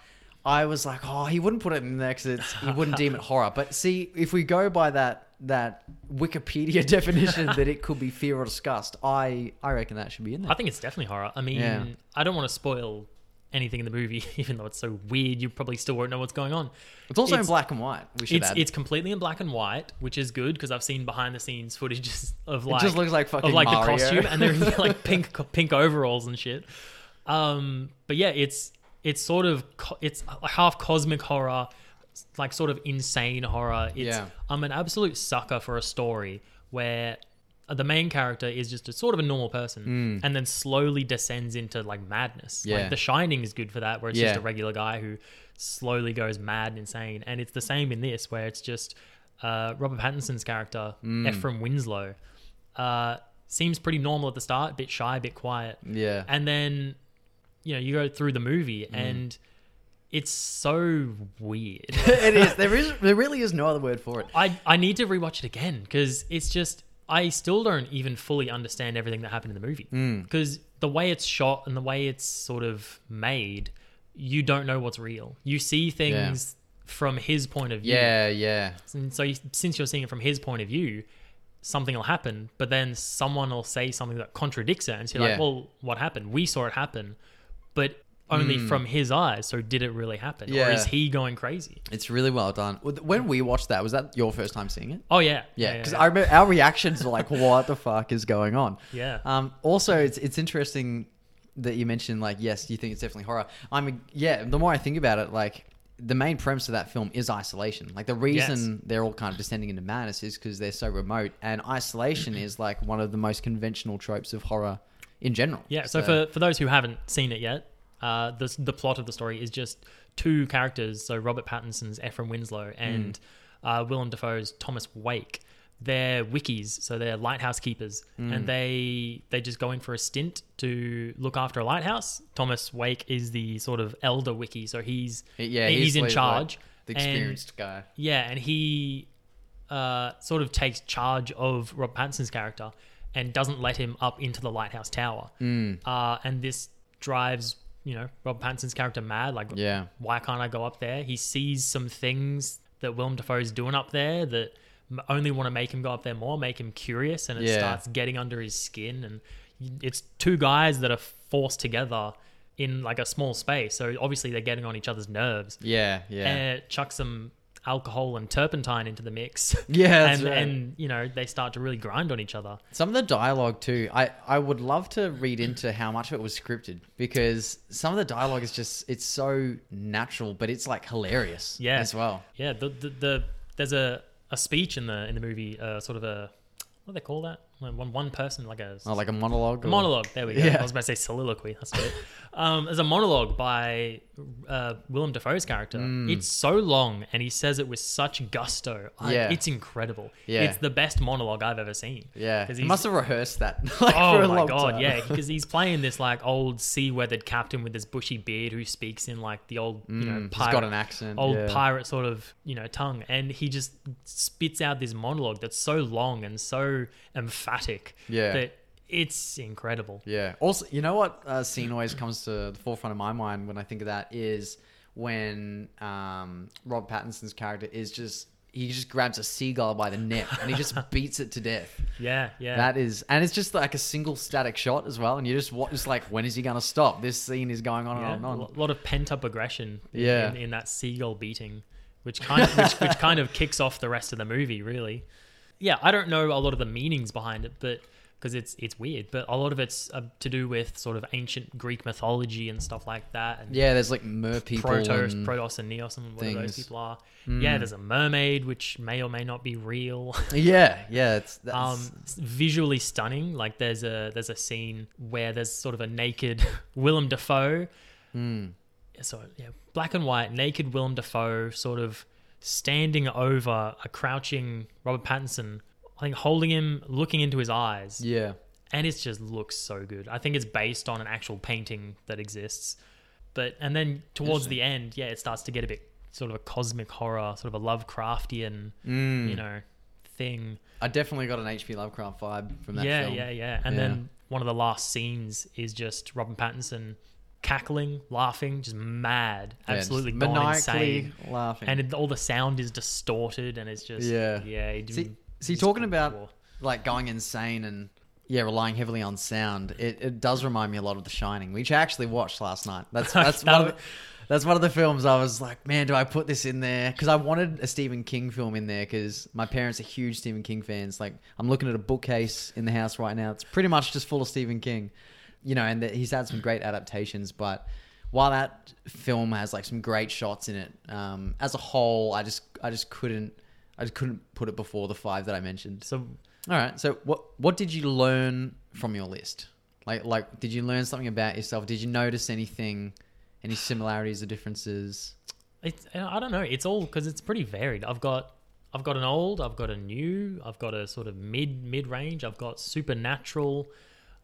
Speaker 1: I was like, oh, he wouldn't put it in there because he wouldn't deem it horror. But see, if we go by that that Wikipedia [LAUGHS] definition that it could be fear or disgust, I I reckon that should be in
Speaker 2: I
Speaker 1: there.
Speaker 2: think it's definitely horror. I mean,
Speaker 1: Yeah.
Speaker 2: I don't want to spoil anything in the movie, [LAUGHS] even though it's so weird. You probably still won't know what's going on.
Speaker 1: It's also
Speaker 2: it's-
Speaker 1: in black and white. We should
Speaker 2: It's
Speaker 1: add.
Speaker 2: it's completely in black and white, which is good because I've seen behind the scenes footages [LAUGHS] of like
Speaker 1: just looks like fucking
Speaker 2: of like
Speaker 1: Mario.
Speaker 2: the costume, and
Speaker 1: [LAUGHS]
Speaker 2: they're in like pink pink overalls and shit. Um, but yeah, it's it's sort of co- it's half cosmic horror, like sort of insane horror. It's,
Speaker 1: Yeah.
Speaker 2: I'm an absolute sucker for a story where the main character is just a sort of a normal person and then slowly descends into like madness.
Speaker 1: Mm. Yeah.
Speaker 2: Like The Shining is good for that, where it's
Speaker 1: Yeah.
Speaker 2: just a regular guy who slowly goes mad and insane. And it's the same in this, where it's just uh, Robert Pattinson's character,
Speaker 1: Mm.
Speaker 2: Ephraim Winslow, uh, seems pretty normal at the start, bit shy, bit quiet.
Speaker 1: yeah.
Speaker 2: And then, you know, you go through the movie
Speaker 1: Mm.
Speaker 2: and it's so weird.
Speaker 1: [LAUGHS] [LAUGHS] it is. There is. There really is no other word for it.
Speaker 2: [LAUGHS] I, I need to rewatch it again because it's just I still don't even fully understand everything that happened in the movie
Speaker 1: Hmm.
Speaker 2: because the way it's shot and the way it's sort of made, you don't know what's real. You see things from his point of view,
Speaker 1: Yeah. Yeah.
Speaker 2: and so you, since you're seeing it from his point of view, something will happen, but then someone will say something that contradicts it, and so you're
Speaker 1: Yeah.
Speaker 2: like, well, what happened? We saw it happen, but only from his eyes. So did it really happen, or
Speaker 1: Hmm. Yeah.
Speaker 2: is he going crazy?
Speaker 1: It's really well done. When we watched that, was that your first time seeing it?
Speaker 2: Oh yeah,
Speaker 1: Yeah, because I remember our reactions were like, "What the fuck is going on?"
Speaker 2: Yeah.
Speaker 1: Um, also, it's it's interesting that you mentioned like, yes, you think it's definitely horror. I'm yeah. The more I think about it, like the main premise of that film is isolation. Like the reason they're all kind of descending into madness is because they're so remote, and isolation is like one of the most conventional tropes of horror in general.
Speaker 2: Yeah. So, for, for those who haven't seen it yet, uh, the the plot of the story is just two characters, so Robert Pattinson's Ephraim Winslow
Speaker 1: Hmm.
Speaker 2: and uh, Willem Dafoe's Thomas Wake. They're wikis, so they're lighthouse keepers,
Speaker 1: Hmm.
Speaker 2: and they they just go in for a stint to look after a lighthouse. Thomas Wake is the sort of elder wiki, so he's
Speaker 1: yeah,
Speaker 2: he's, in
Speaker 1: like,
Speaker 2: charge.
Speaker 1: the
Speaker 2: and-
Speaker 1: experienced guy.
Speaker 2: yeah, and he uh, sort of takes charge of Rob Pattinson's character and doesn't let him up into the lighthouse tower.
Speaker 1: Mm.
Speaker 2: Uh, and this drives, you know, Rob Pattinson's character mad. Like,
Speaker 1: Yeah.
Speaker 2: why can't I go up there? He sees some things that Willem Dafoe's doing up there that m- only want to make him go up there more, make him curious, and it
Speaker 1: Yeah.
Speaker 2: starts getting under his skin. And y- it's two guys that are forced together in like a small space, so obviously they're getting on each other's nerves
Speaker 1: Yeah, yeah.
Speaker 2: uh, chuck some alcohol and turpentine into the mix.
Speaker 1: [LAUGHS] Yeah, that's
Speaker 2: and
Speaker 1: right.
Speaker 2: and you know they start to really grind on each other.
Speaker 1: Some of the dialogue too, I, I would love to read into how much of it was scripted because some of the dialogue is just it's so natural, but it's like hilarious
Speaker 2: Yeah,
Speaker 1: as well.
Speaker 2: Yeah, the the, the there's a, a speech in the in the movie, uh, sort of a what do they call that? When one one person like a
Speaker 1: Oh, like a monologue. Or,
Speaker 2: monologue. There we go.
Speaker 1: Yeah.
Speaker 2: I was about to say soliloquy. That's it. um, there's a monologue by uh, Willem Dafoe's character.
Speaker 1: Mm.
Speaker 2: It's so long, and he says it with such gusto. I-
Speaker 1: Yeah.
Speaker 2: it's incredible.
Speaker 1: Yeah.
Speaker 2: it's the best monologue I've ever seen.
Speaker 1: Yeah,
Speaker 2: 'Cause
Speaker 1: he
Speaker 2: he's-
Speaker 1: must have rehearsed that. [LAUGHS] Like,
Speaker 2: oh
Speaker 1: for a
Speaker 2: my
Speaker 1: long
Speaker 2: god,
Speaker 1: time. [LAUGHS]
Speaker 2: yeah, because he's playing this like old sea-weathered captain with this bushy beard who speaks in like the old, you
Speaker 1: [LAUGHS]
Speaker 2: know,
Speaker 1: Mm, he's
Speaker 2: pirate,
Speaker 1: got an accent.
Speaker 2: uh, old
Speaker 1: yeah.
Speaker 2: pirate sort of, you know, tongue, and he just spits out this monologue that's so long and so emphatic
Speaker 1: Yeah.
Speaker 2: that it's incredible.
Speaker 1: Yeah. Also, you know what uh, scene always comes to the forefront of my mind when I think of that is when um, Rob Pattinson's character is just he just grabs a seagull by the neck and he
Speaker 2: [LAUGHS]
Speaker 1: just beats it to death.
Speaker 2: Yeah, yeah.
Speaker 1: That is, and it's just like a single static shot as well. And you just watch, it's like, when is he going to stop? This scene is going on
Speaker 2: yeah.
Speaker 1: and
Speaker 2: A
Speaker 1: on and on.
Speaker 2: lo- lot of pent-up aggression in-
Speaker 1: Oh, Yeah.
Speaker 2: in, in that seagull beating, which kind of, which,
Speaker 1: [LAUGHS]
Speaker 2: which kind of kicks off the rest of the movie, really. yeah, I don't know a lot of the meanings behind it, but because it's it's weird, but a lot of it's uh, to do with sort of ancient Greek mythology and stuff like that. And
Speaker 1: Yeah, there's like mer people.
Speaker 2: Protos,
Speaker 1: and-
Speaker 2: Protos, and Neos, and whatever those
Speaker 1: things. Hmm.
Speaker 2: people are. Yeah, there's a mermaid, which may or may not be real. [LAUGHS]
Speaker 1: yeah, yeah. It's that's,
Speaker 2: Um, s- visually stunning. Like there's a there's a scene where there's sort of a naked [LAUGHS] Willem Dafoe. So yeah, black and white, naked Willem Dafoe, sort of standing over a crouching Robert Pattinson. I think holding him, looking into his eyes,
Speaker 1: yeah,
Speaker 2: and it just looks so good. I think it's based on an actual painting that exists. But and then towards the end, yeah, it starts to get a bit sort of a cosmic horror, sort of a Lovecraftian,
Speaker 1: Hmm.
Speaker 2: you know, thing
Speaker 1: I definitely got an H.P. Lovecraft vibe from that
Speaker 2: yeah,
Speaker 1: film.
Speaker 2: yeah, yeah. And
Speaker 1: Yeah.
Speaker 2: then one of the last scenes is just Robin Pattinson cackling, laughing, just mad,
Speaker 1: just
Speaker 2: absolutely gone
Speaker 1: maniacally
Speaker 2: insane.
Speaker 1: laughing.
Speaker 2: And it, all the sound is distorted, and it's just
Speaker 1: Yeah.
Speaker 2: yeah. It,
Speaker 1: See, see,
Speaker 2: it's
Speaker 1: talking about
Speaker 2: cool.
Speaker 1: like going insane and yeah, relying heavily on sound. It, it does remind me a lot of The Shining, which I actually watched last night.
Speaker 2: [LAUGHS]
Speaker 1: That's that's
Speaker 2: That
Speaker 1: one of the, that's one of the films I was like, man, do I put this in there? Because I wanted a Stephen King film in there because my parents are huge Stephen King fans. Like, I'm looking at a bookcase in the house right now. It's pretty much just full of Stephen King, you know, and that he's had some great adaptations, but. While that film has like some great shots in it, um, as a whole, I just I just couldn't I just couldn't put it before the five that I mentioned.
Speaker 2: so
Speaker 1: All right. So what what did you learn from your list? Like like did you learn something about yourself? Did you notice anything? Any similarities or differences?
Speaker 2: it's I don't know. It's all because it's pretty varied. I've got I've got an old, I've got a new, I've got a sort of mid mid range. I've got supernatural.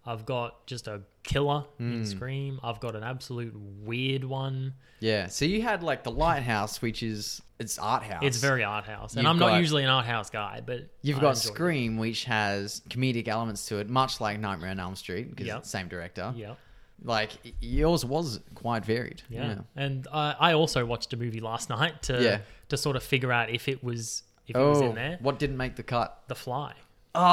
Speaker 2: I've got just a killer
Speaker 1: Hmm.
Speaker 2: in Scream. I've got an absolute weird one.
Speaker 1: Yeah. So you had like the lighthouse, which is it's art house.
Speaker 2: It's very art house, and
Speaker 1: You've
Speaker 2: I'm
Speaker 1: got-
Speaker 2: not usually an art house guy, but
Speaker 1: You've
Speaker 2: I
Speaker 1: got
Speaker 2: enjoyed it.
Speaker 1: Scream, which has comedic elements to it, much like Nightmare on Elm Street, because
Speaker 2: Yep.
Speaker 1: it's the same director.
Speaker 2: Yeah,
Speaker 1: Like y- yours was quite varied.
Speaker 2: yeah, and I, I also watched a movie last [LAUGHS] night to
Speaker 1: Yeah.
Speaker 2: to sort of figure out if it was if it was
Speaker 1: Oh,
Speaker 2: in there.
Speaker 1: what didn't make the cut?
Speaker 2: The Fly.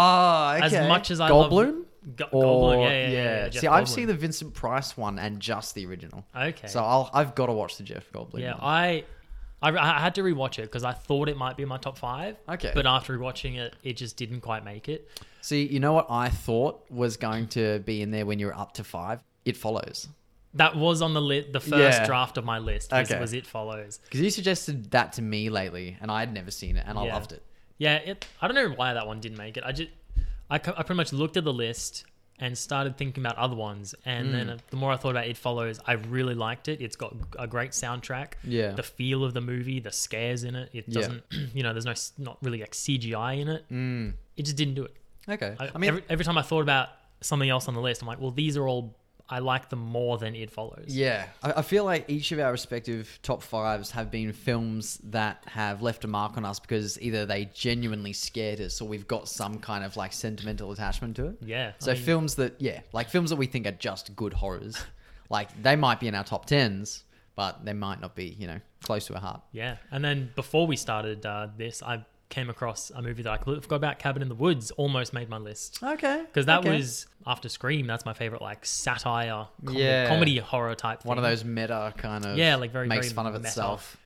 Speaker 1: Ah, okay.
Speaker 2: As much as I love-
Speaker 1: Goldblum.
Speaker 2: Go-
Speaker 1: Or,
Speaker 2: Goldblum, yeah, yeah, yeah. yeah, Jeff
Speaker 1: See, I've
Speaker 2: Goldblum.
Speaker 1: seen the Vincent Price one and just the original.
Speaker 2: Okay.
Speaker 1: So I'll, I've got to watch the Jeff Goldblum.
Speaker 2: yeah,
Speaker 1: one.
Speaker 2: I, I I had to rewatch it because I thought it might be my top five.
Speaker 1: Okay.
Speaker 2: But after rewatching it, it just didn't quite make it.
Speaker 1: See, you know what I thought was going to be in there when you were up to five? It follows.
Speaker 2: That was on the lit the first
Speaker 1: Yeah.
Speaker 2: draft of my list. Was,
Speaker 1: Okay.
Speaker 2: was it follows?
Speaker 1: Because you suggested that to me lately, and I'd never seen it, and I
Speaker 2: Yeah.
Speaker 1: loved it.
Speaker 2: Yeah, it, I don't know why that one didn't make it. I just I, co- I pretty much looked at the list and started thinking about other ones, and
Speaker 1: Mm.
Speaker 2: then the more I thought about it follows, I really liked it. It's got a great soundtrack.
Speaker 1: Yeah.
Speaker 2: the feel of the movie, the scares in it. It
Speaker 1: Yeah.
Speaker 2: doesn't, [CLEARS THROAT] you know, there's no s- not really like CGI in it. It just didn't do it.
Speaker 1: Okay.
Speaker 2: I,
Speaker 1: Mm. I, mean,
Speaker 2: every, every time I thought about something else on the list, I'm like, well, these are all I like them more than it follows.
Speaker 1: yeah. I, I feel like each of our respective top fives have been films that have left a mark on us because either they genuinely scared us or we've got some kind of like sentimental attachment to it.
Speaker 2: Yeah, I
Speaker 1: So
Speaker 2: mean-
Speaker 1: films that, yeah, like films that we think are just good horrors, like they might be in our top tens, but they might not be, you know, close to a heart.
Speaker 2: Yeah. And then before we started uh, this, I came across a movie that I completely forgot about, Cabin in the Woods, almost made my list.
Speaker 1: Okay.
Speaker 2: Because that was, after Scream, that's my favorite, like, satire, com-
Speaker 1: Yeah.
Speaker 2: comedy horror type thing.
Speaker 1: one of those meta kind of
Speaker 2: Yeah, like, very,
Speaker 1: makes
Speaker 2: very
Speaker 1: fun of
Speaker 2: meta.
Speaker 1: itself.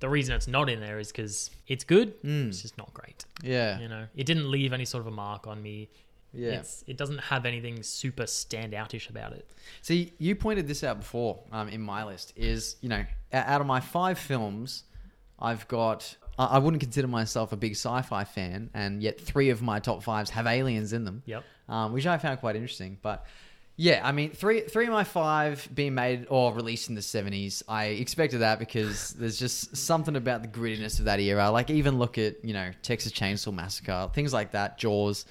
Speaker 2: The reason it's not in there is because it's good, it's just not great.
Speaker 1: Mm. Yeah,
Speaker 2: You know, it didn't leave any sort of a mark on me.
Speaker 1: yeah.
Speaker 2: It's, it doesn't have anything super standoutish about it.
Speaker 1: See, you pointed this out before um, in my list. Is you know, o- out of my five films, I've got. I I wouldn't consider myself a big sci-fi fan, and yet three of my top fives have aliens in them.
Speaker 2: Yep.
Speaker 1: um, which I found quite interesting. But yeah, I mean, three three of my five being made or released in the seventies, I expected that because there's just something about the grittiness of that era. Like even look at you know Texas Chainsaw Massacre, things like that, Jaws.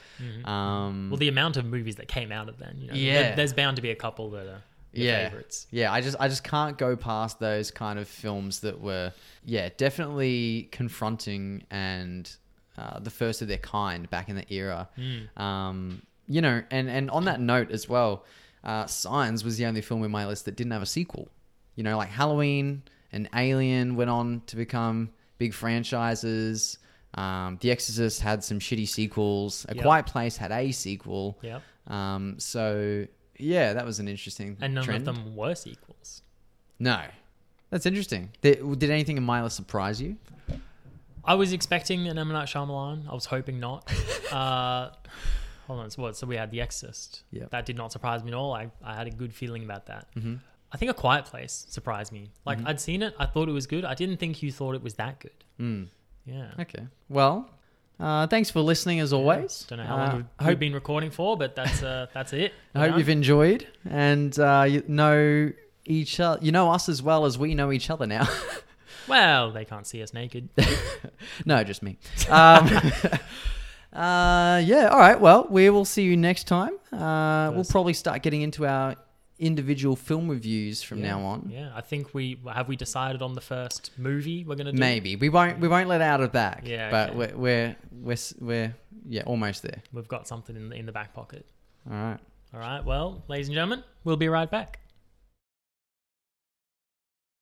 Speaker 1: Um,
Speaker 2: Well, the amount of movies that came out of then, you know, there-
Speaker 1: Yeah.
Speaker 2: there's bound to be a couple that are your
Speaker 1: yeah,
Speaker 2: favorites.
Speaker 1: yeah. I just I just can't go past those kind of films that were yeah definitely confronting and uh, the first of their kind back in the era.
Speaker 2: Hmm.
Speaker 1: Um, you know, and and on that note as well, uh, Signs was the only film in my list that didn't have a sequel. You know, like Halloween and Alien went on to become big franchises. Um, the Exorcist had some shitty sequels. A
Speaker 2: Yep.
Speaker 1: Quiet Place had a sequel.
Speaker 2: Yep.
Speaker 1: Um, so yeah, that was an interesting
Speaker 2: And none
Speaker 1: trend.
Speaker 2: of them were sequels.
Speaker 1: No, that's interesting. Did, did anything in Mila surprise you?
Speaker 2: I was expecting an M. Night Shyamalan. I was
Speaker 1: [LAUGHS]
Speaker 2: hoping not. uh, hold on, so what? So we had The Exorcist.
Speaker 1: Yep.
Speaker 2: That did not surprise me at all. I, I had a good feeling about that.
Speaker 1: Mm-hmm.
Speaker 2: I think A Quiet Place surprised me. Like, I'd seen it. I thought it was good. I didn't think you thought it was that good. Yeah.
Speaker 1: Mm. Okay. Well, uh, thanks for listening as always.
Speaker 2: Don't know how
Speaker 1: Uh,
Speaker 2: long we've,
Speaker 1: I hope,
Speaker 2: we've been recording for, but that's uh, [LAUGHS] that's it.
Speaker 1: I hope
Speaker 2: know?
Speaker 1: you've enjoyed and uh, you know each other. You know us as well as we know each other now. [LAUGHS]
Speaker 2: Well, they can't see us naked.
Speaker 1: no, just
Speaker 2: [LAUGHS]
Speaker 1: me. Um, [LAUGHS] uh, yeah. All right. Well, we will see you next time. Uh, we'll
Speaker 2: Yes.
Speaker 1: probably start getting into our individual film reviews [LAUGHS] from now on.
Speaker 2: yeah, I think we have we decided on the first movie we're gonna do.
Speaker 1: Maybe we won't we won't let out of back.
Speaker 2: Yeah,
Speaker 1: but
Speaker 2: okay.
Speaker 1: we're, we're we're s- we're yeah almost there.
Speaker 2: We've got something in the, in the back pocket.
Speaker 1: All right.
Speaker 2: All right. Well, ladies and gentlemen, we'll be right back.